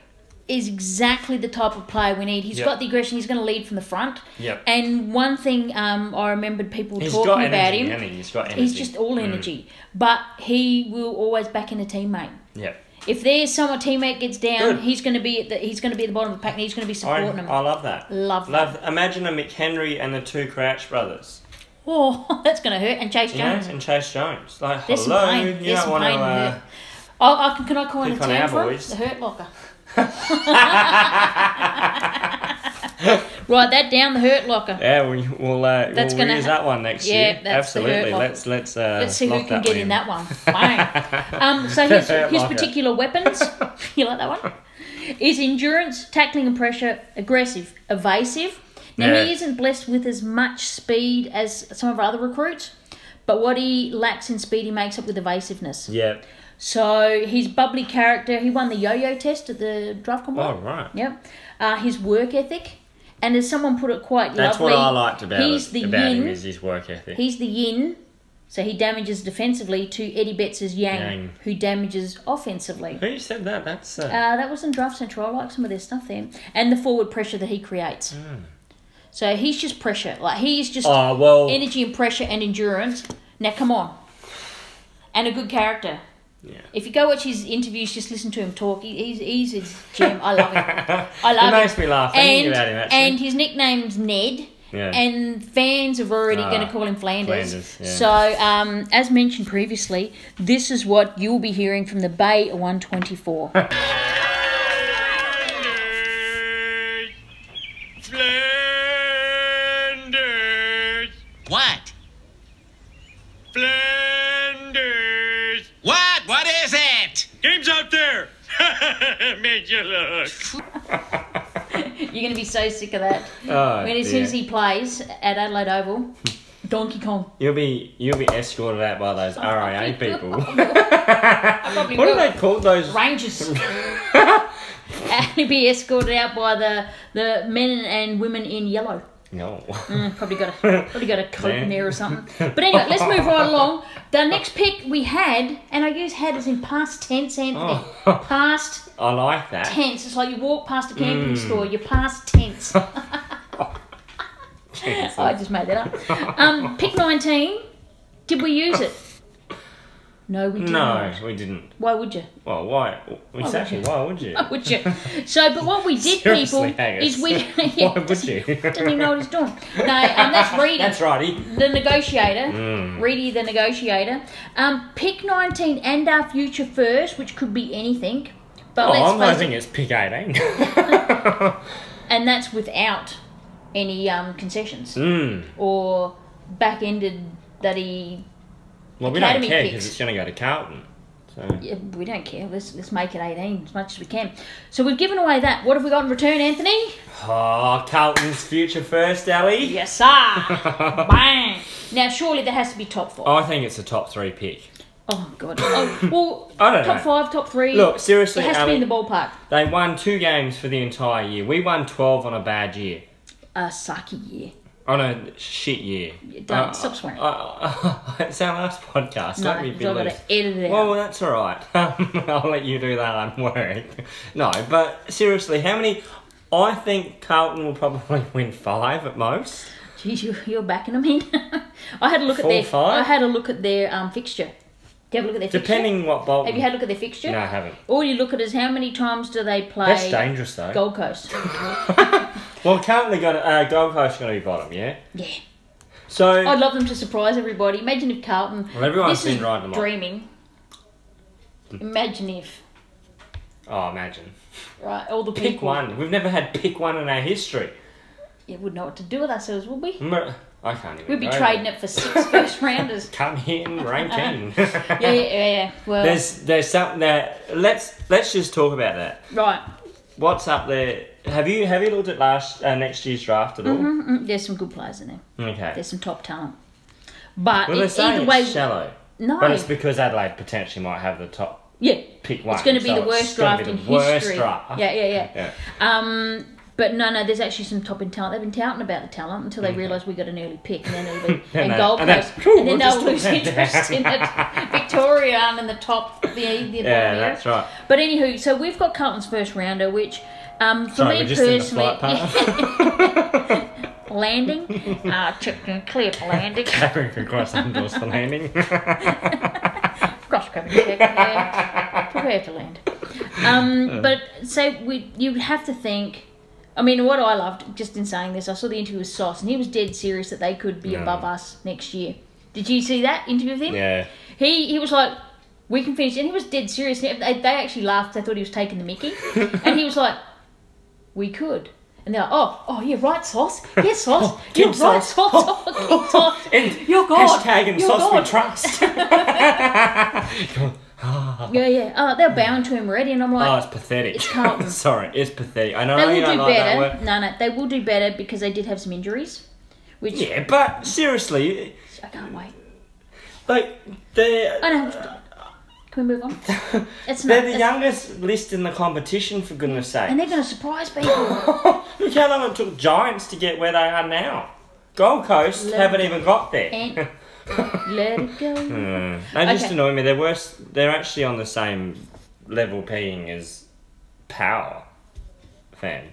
[SPEAKER 1] is exactly the type of player we need. He's
[SPEAKER 2] Yep.
[SPEAKER 1] got the aggression. He's going to lead from the front.
[SPEAKER 2] Yep.
[SPEAKER 1] And one thing um, I remembered people
[SPEAKER 2] he's
[SPEAKER 1] talking
[SPEAKER 2] got
[SPEAKER 1] about
[SPEAKER 2] energy. Mm.
[SPEAKER 1] him.
[SPEAKER 2] hasn't he? He's got energy.
[SPEAKER 1] He's just all energy, but he will always back in a teammate.
[SPEAKER 2] yeah.
[SPEAKER 1] If there's someone teammate gets down,
[SPEAKER 2] Good.
[SPEAKER 1] he's going to be at the he's going to be at the bottom of the pack. and He's going to be
[SPEAKER 2] I,
[SPEAKER 1] supporting him.
[SPEAKER 2] I love that.
[SPEAKER 1] Love that.
[SPEAKER 2] Love. Imagine a McHenry and the two Crouch brothers.
[SPEAKER 1] Oh, <laughs> that's going to hurt. And Chase
[SPEAKER 2] You know,
[SPEAKER 1] Jones.
[SPEAKER 2] and Chase Jones. Like,
[SPEAKER 1] There's some
[SPEAKER 2] hello,
[SPEAKER 1] pain.
[SPEAKER 2] you
[SPEAKER 1] There's
[SPEAKER 2] don't
[SPEAKER 1] some
[SPEAKER 2] want to.
[SPEAKER 1] pain
[SPEAKER 2] Uh,
[SPEAKER 1] there. Oh, I can, can I call in a
[SPEAKER 2] Pick on
[SPEAKER 1] term
[SPEAKER 2] our
[SPEAKER 1] for it?
[SPEAKER 2] boys.
[SPEAKER 1] The Hurt
[SPEAKER 2] <laughs>
[SPEAKER 1] Locker. Write that down, the Hurt Locker.
[SPEAKER 2] Yeah, we, we'll, uh,
[SPEAKER 1] That's
[SPEAKER 2] we'll
[SPEAKER 1] gonna
[SPEAKER 2] use
[SPEAKER 1] ha-
[SPEAKER 2] that one next
[SPEAKER 1] Yeah,
[SPEAKER 2] year.
[SPEAKER 1] that's the hurt
[SPEAKER 2] Absolutely.
[SPEAKER 1] locker.
[SPEAKER 2] let's let's uh,
[SPEAKER 1] Let's see who
[SPEAKER 2] lock
[SPEAKER 1] can get in
[SPEAKER 2] one.
[SPEAKER 1] that one.
[SPEAKER 2] <laughs>
[SPEAKER 1] Bang. um, so his,
[SPEAKER 2] Hurt
[SPEAKER 1] his
[SPEAKER 2] Locker.
[SPEAKER 1] particular weapons, <laughs> you like that one? Is endurance, tackling and pressure, aggressive, evasive. Now,
[SPEAKER 2] Yeah.
[SPEAKER 1] he isn't blessed with as much speed as some of our other recruits, but what he lacks in speed, he makes up with evasiveness.
[SPEAKER 2] Yeah.
[SPEAKER 1] So his bubbly character, he won the yo-yo test at the draft combine.
[SPEAKER 2] Oh, right.
[SPEAKER 1] Yep. Uh, his work ethic, and as someone put it quite
[SPEAKER 2] That's
[SPEAKER 1] lovely,
[SPEAKER 2] what I liked about,
[SPEAKER 1] he's
[SPEAKER 2] it,
[SPEAKER 1] the
[SPEAKER 2] about
[SPEAKER 1] yin.
[SPEAKER 2] him is his work ethic.
[SPEAKER 1] he's the yin, so he damages defensively to Eddie Betts's yang,
[SPEAKER 2] Yang.
[SPEAKER 1] who damages offensively.
[SPEAKER 2] who said that? That's... Uh,
[SPEAKER 1] Uh, that was in Draft Central. I like some of their stuff there, and the forward pressure that he creates.
[SPEAKER 2] Mm.
[SPEAKER 1] So he's just pressure. Like he Uh, is just
[SPEAKER 2] oh, well...
[SPEAKER 1] energy and pressure and endurance. Now come on, and a good character.
[SPEAKER 2] Yeah.
[SPEAKER 1] If you go watch his interviews, just listen to him talk. He, he's he's a gem. I love him. I
[SPEAKER 2] It <laughs>
[SPEAKER 1] love him.
[SPEAKER 2] makes me laugh thinking
[SPEAKER 1] And
[SPEAKER 2] about him, actually.
[SPEAKER 1] and his nickname's Ned,
[SPEAKER 2] Yeah.
[SPEAKER 1] and fans have already
[SPEAKER 2] Ah,
[SPEAKER 1] going to call him Flanders.
[SPEAKER 2] Flanders, yeah.
[SPEAKER 1] So, um, as mentioned previously, this is what you'll be hearing from the Bay at
[SPEAKER 2] <laughs>
[SPEAKER 1] 124.
[SPEAKER 3] Flanders! Flanders!
[SPEAKER 4] What?
[SPEAKER 3] Flanders!
[SPEAKER 4] What? What is it?
[SPEAKER 3] Game's out there! <laughs> Made you look.
[SPEAKER 1] <laughs> You're going to be so sick of that.
[SPEAKER 2] oh,
[SPEAKER 1] I mean, as soon
[SPEAKER 2] dear.
[SPEAKER 1] as he plays at Adelaide
[SPEAKER 2] <laughs>
[SPEAKER 1] Oval, Donkey Kong.
[SPEAKER 2] You'll be you'll be escorted out by
[SPEAKER 1] Oh,
[SPEAKER 2] those RIA eh,
[SPEAKER 1] <laughs>
[SPEAKER 2] people.
[SPEAKER 1] Probably
[SPEAKER 2] <laughs> what
[SPEAKER 1] will.
[SPEAKER 2] are they called? Those <laughs>
[SPEAKER 1] Rangers. and be escorted out by the the men and women in yellow.
[SPEAKER 2] no.
[SPEAKER 1] Mm, Probably got a probably got a coat in
[SPEAKER 2] Man.
[SPEAKER 1] there or something. But anyway,
[SPEAKER 2] <laughs>
[SPEAKER 1] let's move right along. The next pick we had, and I use had as in past tense, Anthony.
[SPEAKER 2] Oh. Mm.
[SPEAKER 1] Past
[SPEAKER 2] <laughs> I like that.
[SPEAKER 1] tense. It's like you walk past a camping store. You're past tense.
[SPEAKER 2] <laughs> Jesus.
[SPEAKER 1] I just made that up. Um, pick nineteen. Did we use it? No, we didn't.
[SPEAKER 2] no, we didn't.
[SPEAKER 1] Why would you? <laughs>
[SPEAKER 2] Well, why? Exactly. Why would you?
[SPEAKER 1] Why would you? So, but what we did,
[SPEAKER 2] <laughs> Seriously,
[SPEAKER 1] people,
[SPEAKER 2] Haggis. <laughs>
[SPEAKER 1] is we <laughs> yeah,
[SPEAKER 2] Why would
[SPEAKER 1] <laughs>
[SPEAKER 2] you?
[SPEAKER 1] doesn't even know what he's doing. No, um,
[SPEAKER 2] <laughs>
[SPEAKER 1] that's Reedy,
[SPEAKER 2] That's Mm. righty.
[SPEAKER 1] the negotiator. Reedy, the negotiator. Um, pick 19 and our future first, which could be anything. But
[SPEAKER 2] Oh, I'm
[SPEAKER 1] let's face
[SPEAKER 2] hoping
[SPEAKER 1] it,
[SPEAKER 2] it's pick 18.
[SPEAKER 1] <laughs> and that's without any um, concessions
[SPEAKER 2] mm.
[SPEAKER 1] or back-ended that he.
[SPEAKER 2] Well, we
[SPEAKER 1] Academy
[SPEAKER 2] don't care
[SPEAKER 1] picks.
[SPEAKER 2] because it's going to go to Carlton. So
[SPEAKER 1] yeah, We don't care. Let's let's make it 18 as much as we can. So we've given away that. What have we got in return, Anthony?
[SPEAKER 2] Oh, Carlton's future first, Ali.
[SPEAKER 1] Yes, sir.
[SPEAKER 2] <laughs>
[SPEAKER 1] Bang. Now, surely there has to be top four.
[SPEAKER 2] I think it's a top three pick.
[SPEAKER 1] Oh god. Oh, well,
[SPEAKER 2] I don't
[SPEAKER 1] top
[SPEAKER 2] know.
[SPEAKER 1] five, top three.
[SPEAKER 2] Look, seriously,
[SPEAKER 1] it has to
[SPEAKER 2] Ali,
[SPEAKER 1] be in the ballpark.
[SPEAKER 2] they won two games for the entire year. We won 12 on a bad year.
[SPEAKER 1] Uh, sucky year.
[SPEAKER 2] On a shit year.
[SPEAKER 1] Don't stop swearing.
[SPEAKER 2] I- <laughs> I- it's our last podcast.
[SPEAKER 1] no,
[SPEAKER 2] Uh, Don't be
[SPEAKER 1] because I've got
[SPEAKER 2] belittled.
[SPEAKER 1] to edit it
[SPEAKER 2] Well,
[SPEAKER 1] out.
[SPEAKER 2] that's all right. <laughs> I'll let you do that unworried. <laughs> No, but seriously, how many? I think Carlton will probably <laughs> win five at most.
[SPEAKER 1] Jeez, you, you're backing them in. <laughs> I had a look
[SPEAKER 2] Four,
[SPEAKER 1] at their.
[SPEAKER 2] five?
[SPEAKER 1] I had a look at their um, fixture. Do you have a look at their fixture?
[SPEAKER 2] Depending what Bolton.
[SPEAKER 1] Have you had a look at their fixture?
[SPEAKER 2] No, I haven't.
[SPEAKER 1] All you look at is how many times do they play
[SPEAKER 2] That's dangerous though.
[SPEAKER 1] Gold
[SPEAKER 2] <laughs>
[SPEAKER 1] Coast?
[SPEAKER 2] Well, Carlton are gonna uh, Gold Coast are gonna be bottom, yeah.
[SPEAKER 1] yeah.
[SPEAKER 2] So
[SPEAKER 1] I'd love them to surprise everybody. Imagine if Carlton.
[SPEAKER 2] Well, everyone's
[SPEAKER 1] this is
[SPEAKER 2] been riding them up.
[SPEAKER 1] dreaming. Imagine if.
[SPEAKER 2] oh, imagine
[SPEAKER 1] Right, all the people.
[SPEAKER 2] pick one. We've never had pick one in our history.
[SPEAKER 1] Yeah, wouldn't know what to do with ourselves, would we?
[SPEAKER 2] Remember- I can't even.
[SPEAKER 1] We'd be
[SPEAKER 2] go
[SPEAKER 1] trading
[SPEAKER 2] there.
[SPEAKER 1] it for six first
[SPEAKER 2] <laughs>
[SPEAKER 1] rounders.
[SPEAKER 2] Come in, rank in.
[SPEAKER 1] <laughs> Yeah, yeah, yeah. yeah. Well,
[SPEAKER 2] There's there's something there. Let's let's just talk about that.
[SPEAKER 1] right.
[SPEAKER 2] What's up there? Have you have you looked at last uh, next year's draft at all? Mm-hmm.
[SPEAKER 1] Mm, There's some good players in there.
[SPEAKER 2] Okay.
[SPEAKER 1] There's some top talent. But
[SPEAKER 2] well,
[SPEAKER 1] it-
[SPEAKER 2] they're saying
[SPEAKER 1] either way,
[SPEAKER 2] it's shallow,
[SPEAKER 1] no.
[SPEAKER 2] but it's because Adelaide potentially might have the top
[SPEAKER 1] yeah,
[SPEAKER 2] pick one.
[SPEAKER 1] it's going to be
[SPEAKER 2] so
[SPEAKER 1] the
[SPEAKER 2] it's
[SPEAKER 1] worst
[SPEAKER 2] gonna
[SPEAKER 1] draft
[SPEAKER 2] be
[SPEAKER 1] in
[SPEAKER 2] the worst
[SPEAKER 1] history.
[SPEAKER 2] Draft.
[SPEAKER 1] Yeah, yeah, yeah,
[SPEAKER 2] Yeah.
[SPEAKER 1] Um, but no, no. There's actually some top end talent. They've been touting about the talent until they realise we got an early pick, and
[SPEAKER 2] <laughs>
[SPEAKER 1] then it'll be
[SPEAKER 2] Mm. And
[SPEAKER 1] and
[SPEAKER 2] they-
[SPEAKER 1] Gold
[SPEAKER 2] and they-
[SPEAKER 1] Coast, and,
[SPEAKER 2] Cool,
[SPEAKER 1] then
[SPEAKER 2] we'll just
[SPEAKER 1] they'll lose
[SPEAKER 2] put that
[SPEAKER 1] interest in it.
[SPEAKER 2] <laughs>
[SPEAKER 1] Victoria aren't in the top. The, the
[SPEAKER 2] Yeah, that's right.
[SPEAKER 1] But anywho, so we've got Carlton's first rounder, which um, for
[SPEAKER 2] Sorry,
[SPEAKER 1] me
[SPEAKER 2] we're just in
[SPEAKER 1] personally,
[SPEAKER 2] the flight
[SPEAKER 1] <laughs>
[SPEAKER 2] path.
[SPEAKER 1] landing, uh, check and clear for
[SPEAKER 2] <laughs>
[SPEAKER 1] landing.
[SPEAKER 2] <laughs> Having to cross indoors for landing.
[SPEAKER 1] <laughs> Gosh, cover check. Yeah.
[SPEAKER 2] <laughs>
[SPEAKER 1] Prepare to land. Um, but so we, you have to think. I mean, what I loved just in saying this, I saw the interview with Sauce, and he was dead serious that they could be
[SPEAKER 2] Yeah.
[SPEAKER 1] above us next year. Did you see that interview with him?
[SPEAKER 2] yeah.
[SPEAKER 1] He he was like, we can finish, and he was dead serious. And they, they actually laughed. They thought he was taking the
[SPEAKER 2] <laughs>
[SPEAKER 1] Mickey, and he was like, we could. And they're like, oh, oh, yeah, right, Sauce. Yes, Sauce.
[SPEAKER 2] <laughs>
[SPEAKER 1] You're
[SPEAKER 2] Kim
[SPEAKER 1] right,
[SPEAKER 2] Sauce.
[SPEAKER 1] Sauce. Oh, Kim Sauce.
[SPEAKER 2] <laughs>
[SPEAKER 1] <laughs>
[SPEAKER 2] And
[SPEAKER 1] You're God.
[SPEAKER 2] Hashtag and
[SPEAKER 1] You're
[SPEAKER 2] sauce
[SPEAKER 1] God.
[SPEAKER 2] we trust.
[SPEAKER 1] Yeah, yeah. Oh, they're bowing to him already, and I'm like,
[SPEAKER 2] oh, it's pathetic.
[SPEAKER 1] It's Carlton.
[SPEAKER 2] <laughs> Sorry, it's pathetic. I know
[SPEAKER 1] They
[SPEAKER 2] you
[SPEAKER 1] will
[SPEAKER 2] don't
[SPEAKER 1] do
[SPEAKER 2] like that
[SPEAKER 1] better.
[SPEAKER 2] word.
[SPEAKER 1] No, no, they will do better because they did have some injuries, which
[SPEAKER 2] Yeah, but seriously,
[SPEAKER 1] I can't wait.
[SPEAKER 2] like they're
[SPEAKER 1] I know. Can we move on?
[SPEAKER 2] <laughs>
[SPEAKER 1] It's not.
[SPEAKER 2] they're the
[SPEAKER 1] it's-
[SPEAKER 2] youngest list in the competition. For goodness' sake.
[SPEAKER 1] and they're going to surprise
[SPEAKER 2] <laughs>
[SPEAKER 1] people.
[SPEAKER 2] Look how long it took Giants to get where they are now. Gold Coast
[SPEAKER 1] Let
[SPEAKER 2] haven't
[SPEAKER 1] it
[SPEAKER 2] even got there.
[SPEAKER 1] And let it go.
[SPEAKER 2] Mm. They just
[SPEAKER 1] Okay.
[SPEAKER 2] annoy me. They're worse. They're actually on the same level peeing as Power fans.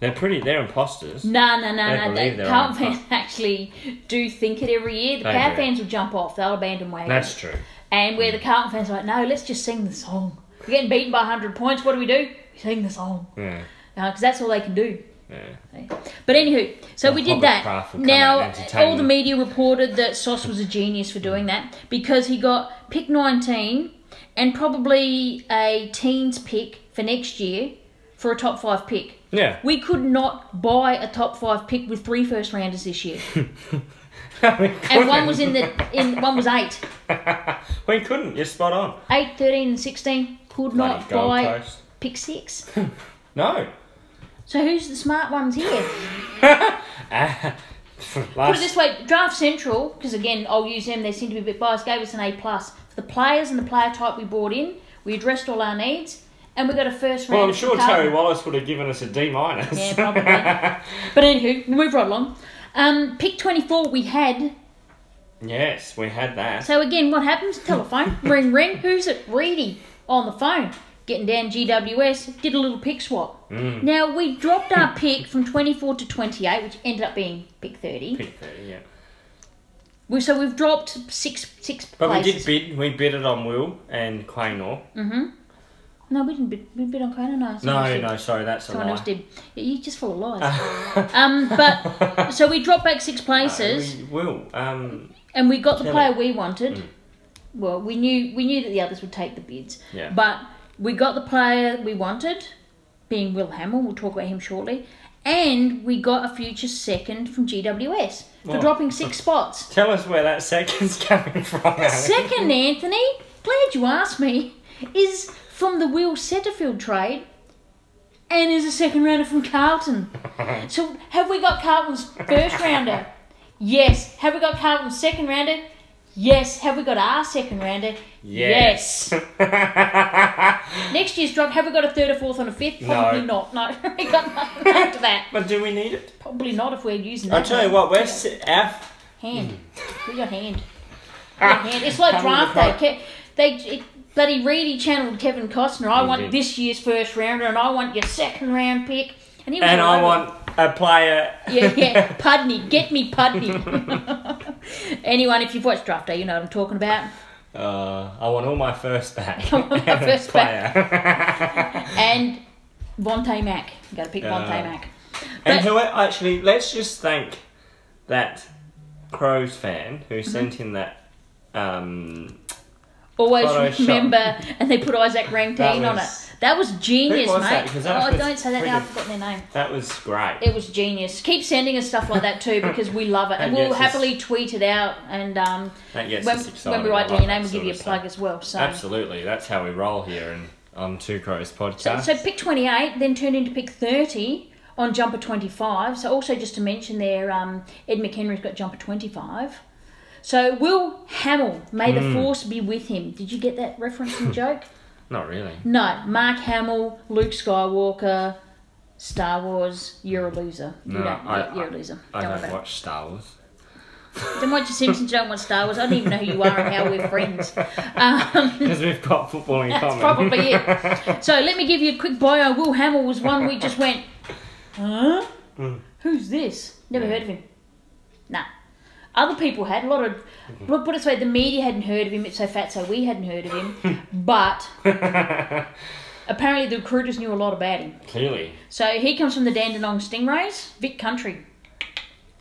[SPEAKER 2] They're pretty. They're imposters.
[SPEAKER 1] No, no, no,
[SPEAKER 2] They
[SPEAKER 1] no. They
[SPEAKER 2] believe they're
[SPEAKER 1] Carlton
[SPEAKER 2] on.
[SPEAKER 1] fans <laughs> actually do think it every year. The
[SPEAKER 2] They
[SPEAKER 1] Power
[SPEAKER 2] do.
[SPEAKER 1] fans will jump off. They'll abandon wagon.
[SPEAKER 2] That's Hmm. true.
[SPEAKER 1] And where the Carlton fans are like, no, let's just sing the song. We're getting beaten by 100 points. What do we do? We sing the song.
[SPEAKER 2] Yeah.
[SPEAKER 1] Because Uh, that's all they can do.
[SPEAKER 2] Yeah.
[SPEAKER 1] But anywho, so we did
[SPEAKER 2] Hobbit
[SPEAKER 1] that.
[SPEAKER 2] craft will come out
[SPEAKER 1] Now
[SPEAKER 2] and entertain
[SPEAKER 1] all the
[SPEAKER 2] you.
[SPEAKER 1] media reported that Sauce was a genius for doing that because he got pick 19 and probably a teens pick for next year for a top 5 pick.
[SPEAKER 2] Yeah.
[SPEAKER 1] We could not buy a top 5 pick with three first rounders this
[SPEAKER 2] <laughs>
[SPEAKER 1] year.
[SPEAKER 2] we
[SPEAKER 1] And
[SPEAKER 2] couldn't. <laughs>
[SPEAKER 1] one was in the in one was 8.
[SPEAKER 2] we couldn't. You're spot on.
[SPEAKER 1] 8, 13 and 16 could not
[SPEAKER 2] Bloody Gold
[SPEAKER 1] buy
[SPEAKER 2] Coast.
[SPEAKER 1] pick 6. <laughs>
[SPEAKER 2] No.
[SPEAKER 1] So who's the smart ones here? Put it
[SPEAKER 2] Last,
[SPEAKER 1] this way, Draft Central, because again, I'll use them. They seem to be a bit biased. Gave us an A plus for the players and the player type we brought in. We addressed all our needs, and we got a first round.
[SPEAKER 2] well, I'm sure
[SPEAKER 1] from Carlton.
[SPEAKER 2] Terry Wallace would have given us a D minus.
[SPEAKER 1] Yeah, probably. but anywho, we move right along. Um, pick twenty four we had.
[SPEAKER 2] <laughs> yes, we had that.
[SPEAKER 1] So again, what happens? Telephone <laughs> ring ring. Who's it? Reedy on the phone. Getting down GWS. Did a little pick swap.
[SPEAKER 2] Mm.
[SPEAKER 1] Now we dropped our pick from twenty four to twenty eight, which ended up being pick thirty.
[SPEAKER 2] Pick there, <laughs> yeah.
[SPEAKER 1] We, so we've dropped six six
[SPEAKER 2] But
[SPEAKER 1] places.
[SPEAKER 2] we did bid. We bidded on Will and Quaynor.
[SPEAKER 1] No, we didn't bid, we bid on Kona. No, someone else
[SPEAKER 2] No,
[SPEAKER 1] did.
[SPEAKER 2] no, sorry, that's a
[SPEAKER 1] Someone else
[SPEAKER 2] <laughs> lie.
[SPEAKER 1] did. Yeah, You're just
[SPEAKER 2] <laughs>
[SPEAKER 1] full of lies. um, but so we dropped back six places,
[SPEAKER 2] We will. Um,
[SPEAKER 1] and we got the
[SPEAKER 2] Kelly. Mm.
[SPEAKER 1] player we wanted. Well, we knew we knew that the others would take the bids,
[SPEAKER 2] Yeah.
[SPEAKER 1] but we got the player we wanted, being Will Hamill. We'll talk about him shortly, and we got a future second from GWS for
[SPEAKER 2] Wow.
[SPEAKER 1] dropping
[SPEAKER 2] <laughs>
[SPEAKER 1] six spots.
[SPEAKER 2] tell us where that second's <laughs> coming from. Alex.
[SPEAKER 1] Second, Anthony, glad you asked me, is from the Will Setterfield trade and is a second rounder from Carlton. so have we got Carlton's first rounder? Yes. Have we got Carlton's second rounder? Yes. Have we got our second rounder?
[SPEAKER 2] Yes.
[SPEAKER 1] <laughs> Next year's drop, have we got a third, a fourth, and a fifth? Probably not. No, <laughs> we got nothing after that.
[SPEAKER 2] <laughs> But do we need it?
[SPEAKER 1] Probably not if we're using that.
[SPEAKER 2] I'll tell you what, we're si- our
[SPEAKER 1] Hand.
[SPEAKER 2] Mm.
[SPEAKER 1] With your hand. With your hand. It's like draft day. Ke- They it, bloody Reedy channeled Kevin Costner. I want
[SPEAKER 2] did.
[SPEAKER 1] this year's first rounder and I want your second round pick. And, he was
[SPEAKER 2] and
[SPEAKER 1] all
[SPEAKER 2] I
[SPEAKER 1] over
[SPEAKER 2] want a player.
[SPEAKER 1] it. Yeah,
[SPEAKER 2] <laughs>
[SPEAKER 1] yeah. Pudney. <laughs> Get me Pudney. Anyone, if you've watched draft day, you know what I'm talking about.
[SPEAKER 2] Uh, I want all my first
[SPEAKER 1] <laughs>
[SPEAKER 2] back.
[SPEAKER 1] I want my
[SPEAKER 2] <laughs> And a
[SPEAKER 1] first back.
[SPEAKER 2] player. <laughs>
[SPEAKER 1] And Vontae Mack. you got to pick Vontae
[SPEAKER 2] Uh,
[SPEAKER 1] Mack. But-
[SPEAKER 2] and who actually? Let's just thank that Crows fan who
[SPEAKER 1] Mm-hmm.
[SPEAKER 2] sent in that. Um,
[SPEAKER 1] Always
[SPEAKER 2] Photoshop.
[SPEAKER 1] remember, and they put Isaac Ramteen on it.
[SPEAKER 2] was-
[SPEAKER 1] That was genius,
[SPEAKER 2] was
[SPEAKER 1] mate.
[SPEAKER 2] that? 'Cause that
[SPEAKER 1] oh,
[SPEAKER 2] was
[SPEAKER 1] don't say that now. I've
[SPEAKER 2] friggin-
[SPEAKER 1] forgotten their name.
[SPEAKER 2] that was great.
[SPEAKER 1] It was genius. Keep sending us stuff like that
[SPEAKER 2] <coughs>
[SPEAKER 1] too because we love it, and
[SPEAKER 2] And
[SPEAKER 1] we'll
[SPEAKER 2] yes, it's-
[SPEAKER 1] happily tweet it out. And um,
[SPEAKER 2] That gets
[SPEAKER 1] when,
[SPEAKER 2] us excited.
[SPEAKER 1] when we
[SPEAKER 2] I
[SPEAKER 1] write down
[SPEAKER 2] like
[SPEAKER 1] your name, we'll give
[SPEAKER 2] that sort
[SPEAKER 1] you a
[SPEAKER 2] of
[SPEAKER 1] plug
[SPEAKER 2] stuff.
[SPEAKER 1] as well. So,
[SPEAKER 2] Absolutely, that's how we roll here and on Two Crows podcast.
[SPEAKER 1] so pick twenty-eight, then turned into pick thirty on jumper twenty-five. So also just to mention there, um, Ed McHenry's got jumper twenty-five. So Will Hamill, may
[SPEAKER 2] Hmm.
[SPEAKER 1] the force be with him. Did you get that reference and
[SPEAKER 2] <laughs>
[SPEAKER 1] joke?
[SPEAKER 2] Not really.
[SPEAKER 1] No, Mark Hamill, Luke Skywalker, Star Wars. You're a loser. You
[SPEAKER 2] No,
[SPEAKER 1] don't,
[SPEAKER 2] I-
[SPEAKER 1] you're a loser.
[SPEAKER 2] I
[SPEAKER 1] Don't worry
[SPEAKER 2] don't
[SPEAKER 1] about it.
[SPEAKER 2] watch
[SPEAKER 1] <laughs>
[SPEAKER 2] Star Wars.
[SPEAKER 1] Don't watch your Simpsons, don't watch Star Wars. I don't even know who you are and how we're friends.
[SPEAKER 2] Because we've got football in
[SPEAKER 1] That's
[SPEAKER 2] common.
[SPEAKER 1] probably it. So let me give you a quick bio. Will Hamill was one we just went, huh? Who's this? Never heard of him. Nah. Other people had a lot of. Look, put it this way: the media hadn't heard of him. It's so fat, so we hadn't heard of him. But apparently, the recruiters knew a lot about him.
[SPEAKER 2] <laughs> Clearly.
[SPEAKER 1] So he comes from the Dandenong Stingrays, Vic Country.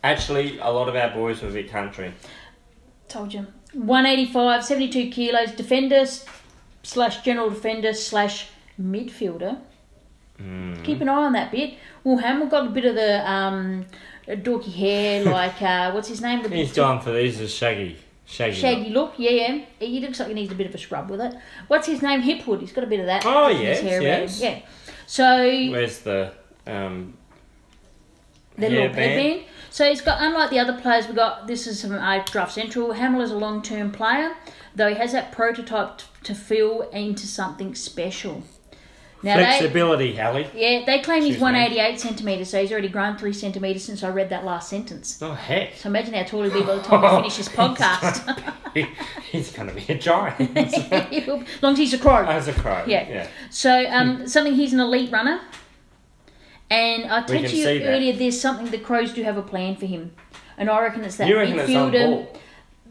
[SPEAKER 2] Actually, a lot of our boys were Vic Country.
[SPEAKER 1] Told you. 185, 72 kilos, defender s- slash general defender slash midfielder.
[SPEAKER 2] Mm.
[SPEAKER 1] Keep an eye on that bit. Will Hamill got a bit of the um, dorky
[SPEAKER 2] <laughs>
[SPEAKER 1] hair, like, uh, what's his name? The
[SPEAKER 2] He's gone for these as Shaggy. Shaggy.
[SPEAKER 1] shaggy look, yeah, yeah. He looks like he needs a bit of a scrub with it. What's his name? Hipwood. He's got a bit of that.
[SPEAKER 2] Oh,
[SPEAKER 1] in his
[SPEAKER 2] yes,
[SPEAKER 1] hair
[SPEAKER 2] yes.
[SPEAKER 1] around. Yeah. So,
[SPEAKER 2] Where's the um?
[SPEAKER 1] their little
[SPEAKER 2] Hairband.
[SPEAKER 1] hairband. So he's got, unlike the other players, we got this is from uh, Draft Central. Hamill is a long term player, though he has that prototype t- to fill into something special. Now they,
[SPEAKER 2] Flexibility, Hallie.
[SPEAKER 1] yeah, they claim he's
[SPEAKER 2] Excuse me.
[SPEAKER 1] 188 centimetres, so he's already grown three centimetres since I read that last sentence.
[SPEAKER 2] Oh heck,
[SPEAKER 1] So imagine how tall he'll be by the time we finish
[SPEAKER 2] <laughs>
[SPEAKER 1] this podcast.
[SPEAKER 2] Oh.
[SPEAKER 1] <laughs>
[SPEAKER 2] He- he's gonna be a giant.
[SPEAKER 1] He'll be- long as he's a crow.
[SPEAKER 2] As a crow.
[SPEAKER 1] Yeah.
[SPEAKER 2] Yeah.
[SPEAKER 1] So um, something he's an elite runner, and I
[SPEAKER 2] can
[SPEAKER 1] told you
[SPEAKER 2] see that.
[SPEAKER 1] earlier there's something the Crows do have a plan for him, and I reckon it's that
[SPEAKER 2] You reckon it's on
[SPEAKER 1] midfielder
[SPEAKER 2] ball?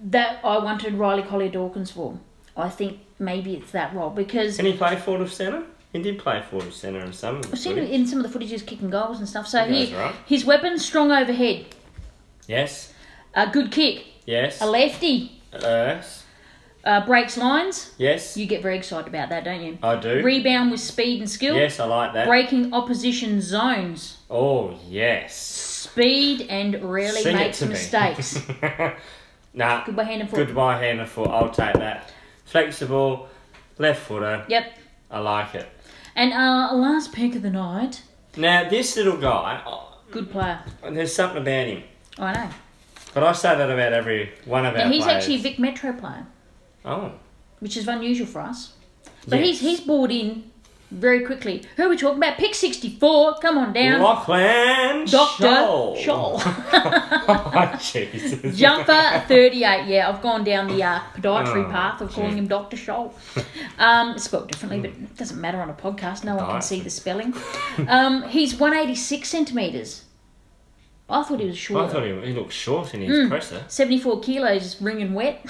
[SPEAKER 1] that I wanted Riley Collier Dawkins for. I think maybe it's that role because
[SPEAKER 2] Can he play forward of centre? He did play forward centre in some. of the
[SPEAKER 1] I've seen him
[SPEAKER 2] footage.
[SPEAKER 1] in some of the footage, he was kicking goals and stuff. So
[SPEAKER 2] Yeah,
[SPEAKER 1] he,
[SPEAKER 2] that's right.
[SPEAKER 1] his weapons strong overhead,
[SPEAKER 2] Yes.
[SPEAKER 1] a good kick,
[SPEAKER 2] Yes.
[SPEAKER 1] a lefty,
[SPEAKER 2] Yes.
[SPEAKER 1] uh, breaks lines.
[SPEAKER 2] Yes.
[SPEAKER 1] You get very excited about that, don't you?
[SPEAKER 2] I do.
[SPEAKER 1] Rebound with speed and skill,
[SPEAKER 2] Yes, I like that.
[SPEAKER 1] breaking opposition zones,
[SPEAKER 2] Oh yes.
[SPEAKER 1] speed and rarely
[SPEAKER 2] Sing it
[SPEAKER 1] makes
[SPEAKER 2] to me. <laughs>
[SPEAKER 1] mistakes.
[SPEAKER 2] nah.
[SPEAKER 1] Goodbye hand and foot.
[SPEAKER 2] Goodbye hand and foot. I'll take that. Flexible, left footer.
[SPEAKER 1] Yep.
[SPEAKER 2] I like it.
[SPEAKER 1] And uh, last pick of the night,
[SPEAKER 2] Now this little guy, oh,
[SPEAKER 1] good player.
[SPEAKER 2] there's something about him.
[SPEAKER 1] I know.
[SPEAKER 2] But I say that about every one of our
[SPEAKER 1] And he's
[SPEAKER 2] players.
[SPEAKER 1] actually a Vic Metro player,
[SPEAKER 2] Oh.
[SPEAKER 1] which is unusual for us. But he's
[SPEAKER 2] yes.
[SPEAKER 1] he's bought in very quickly. Who are we talking about? Pick sixty four. Come on down.
[SPEAKER 2] Lachlan
[SPEAKER 1] Doctor
[SPEAKER 2] Scholl.
[SPEAKER 1] Scholl.
[SPEAKER 2] <laughs> oh, Jesus.
[SPEAKER 1] Jumper 38. Yeah, I've gone down the uh, podiatry
[SPEAKER 2] Oh,
[SPEAKER 1] path of calling
[SPEAKER 2] gee. Hmm.
[SPEAKER 1] him Dr. Scholl. Um, spelled differently, but it doesn't matter on a podcast. No one can
[SPEAKER 2] Podiatry.
[SPEAKER 1] see the spelling. Um, he's 186 centimetres. I thought he was
[SPEAKER 2] I
[SPEAKER 1] short.
[SPEAKER 2] thought he, he looked short in his
[SPEAKER 1] Mm.
[SPEAKER 2] presser.
[SPEAKER 1] 74 kilos, ringing wet. <laughs>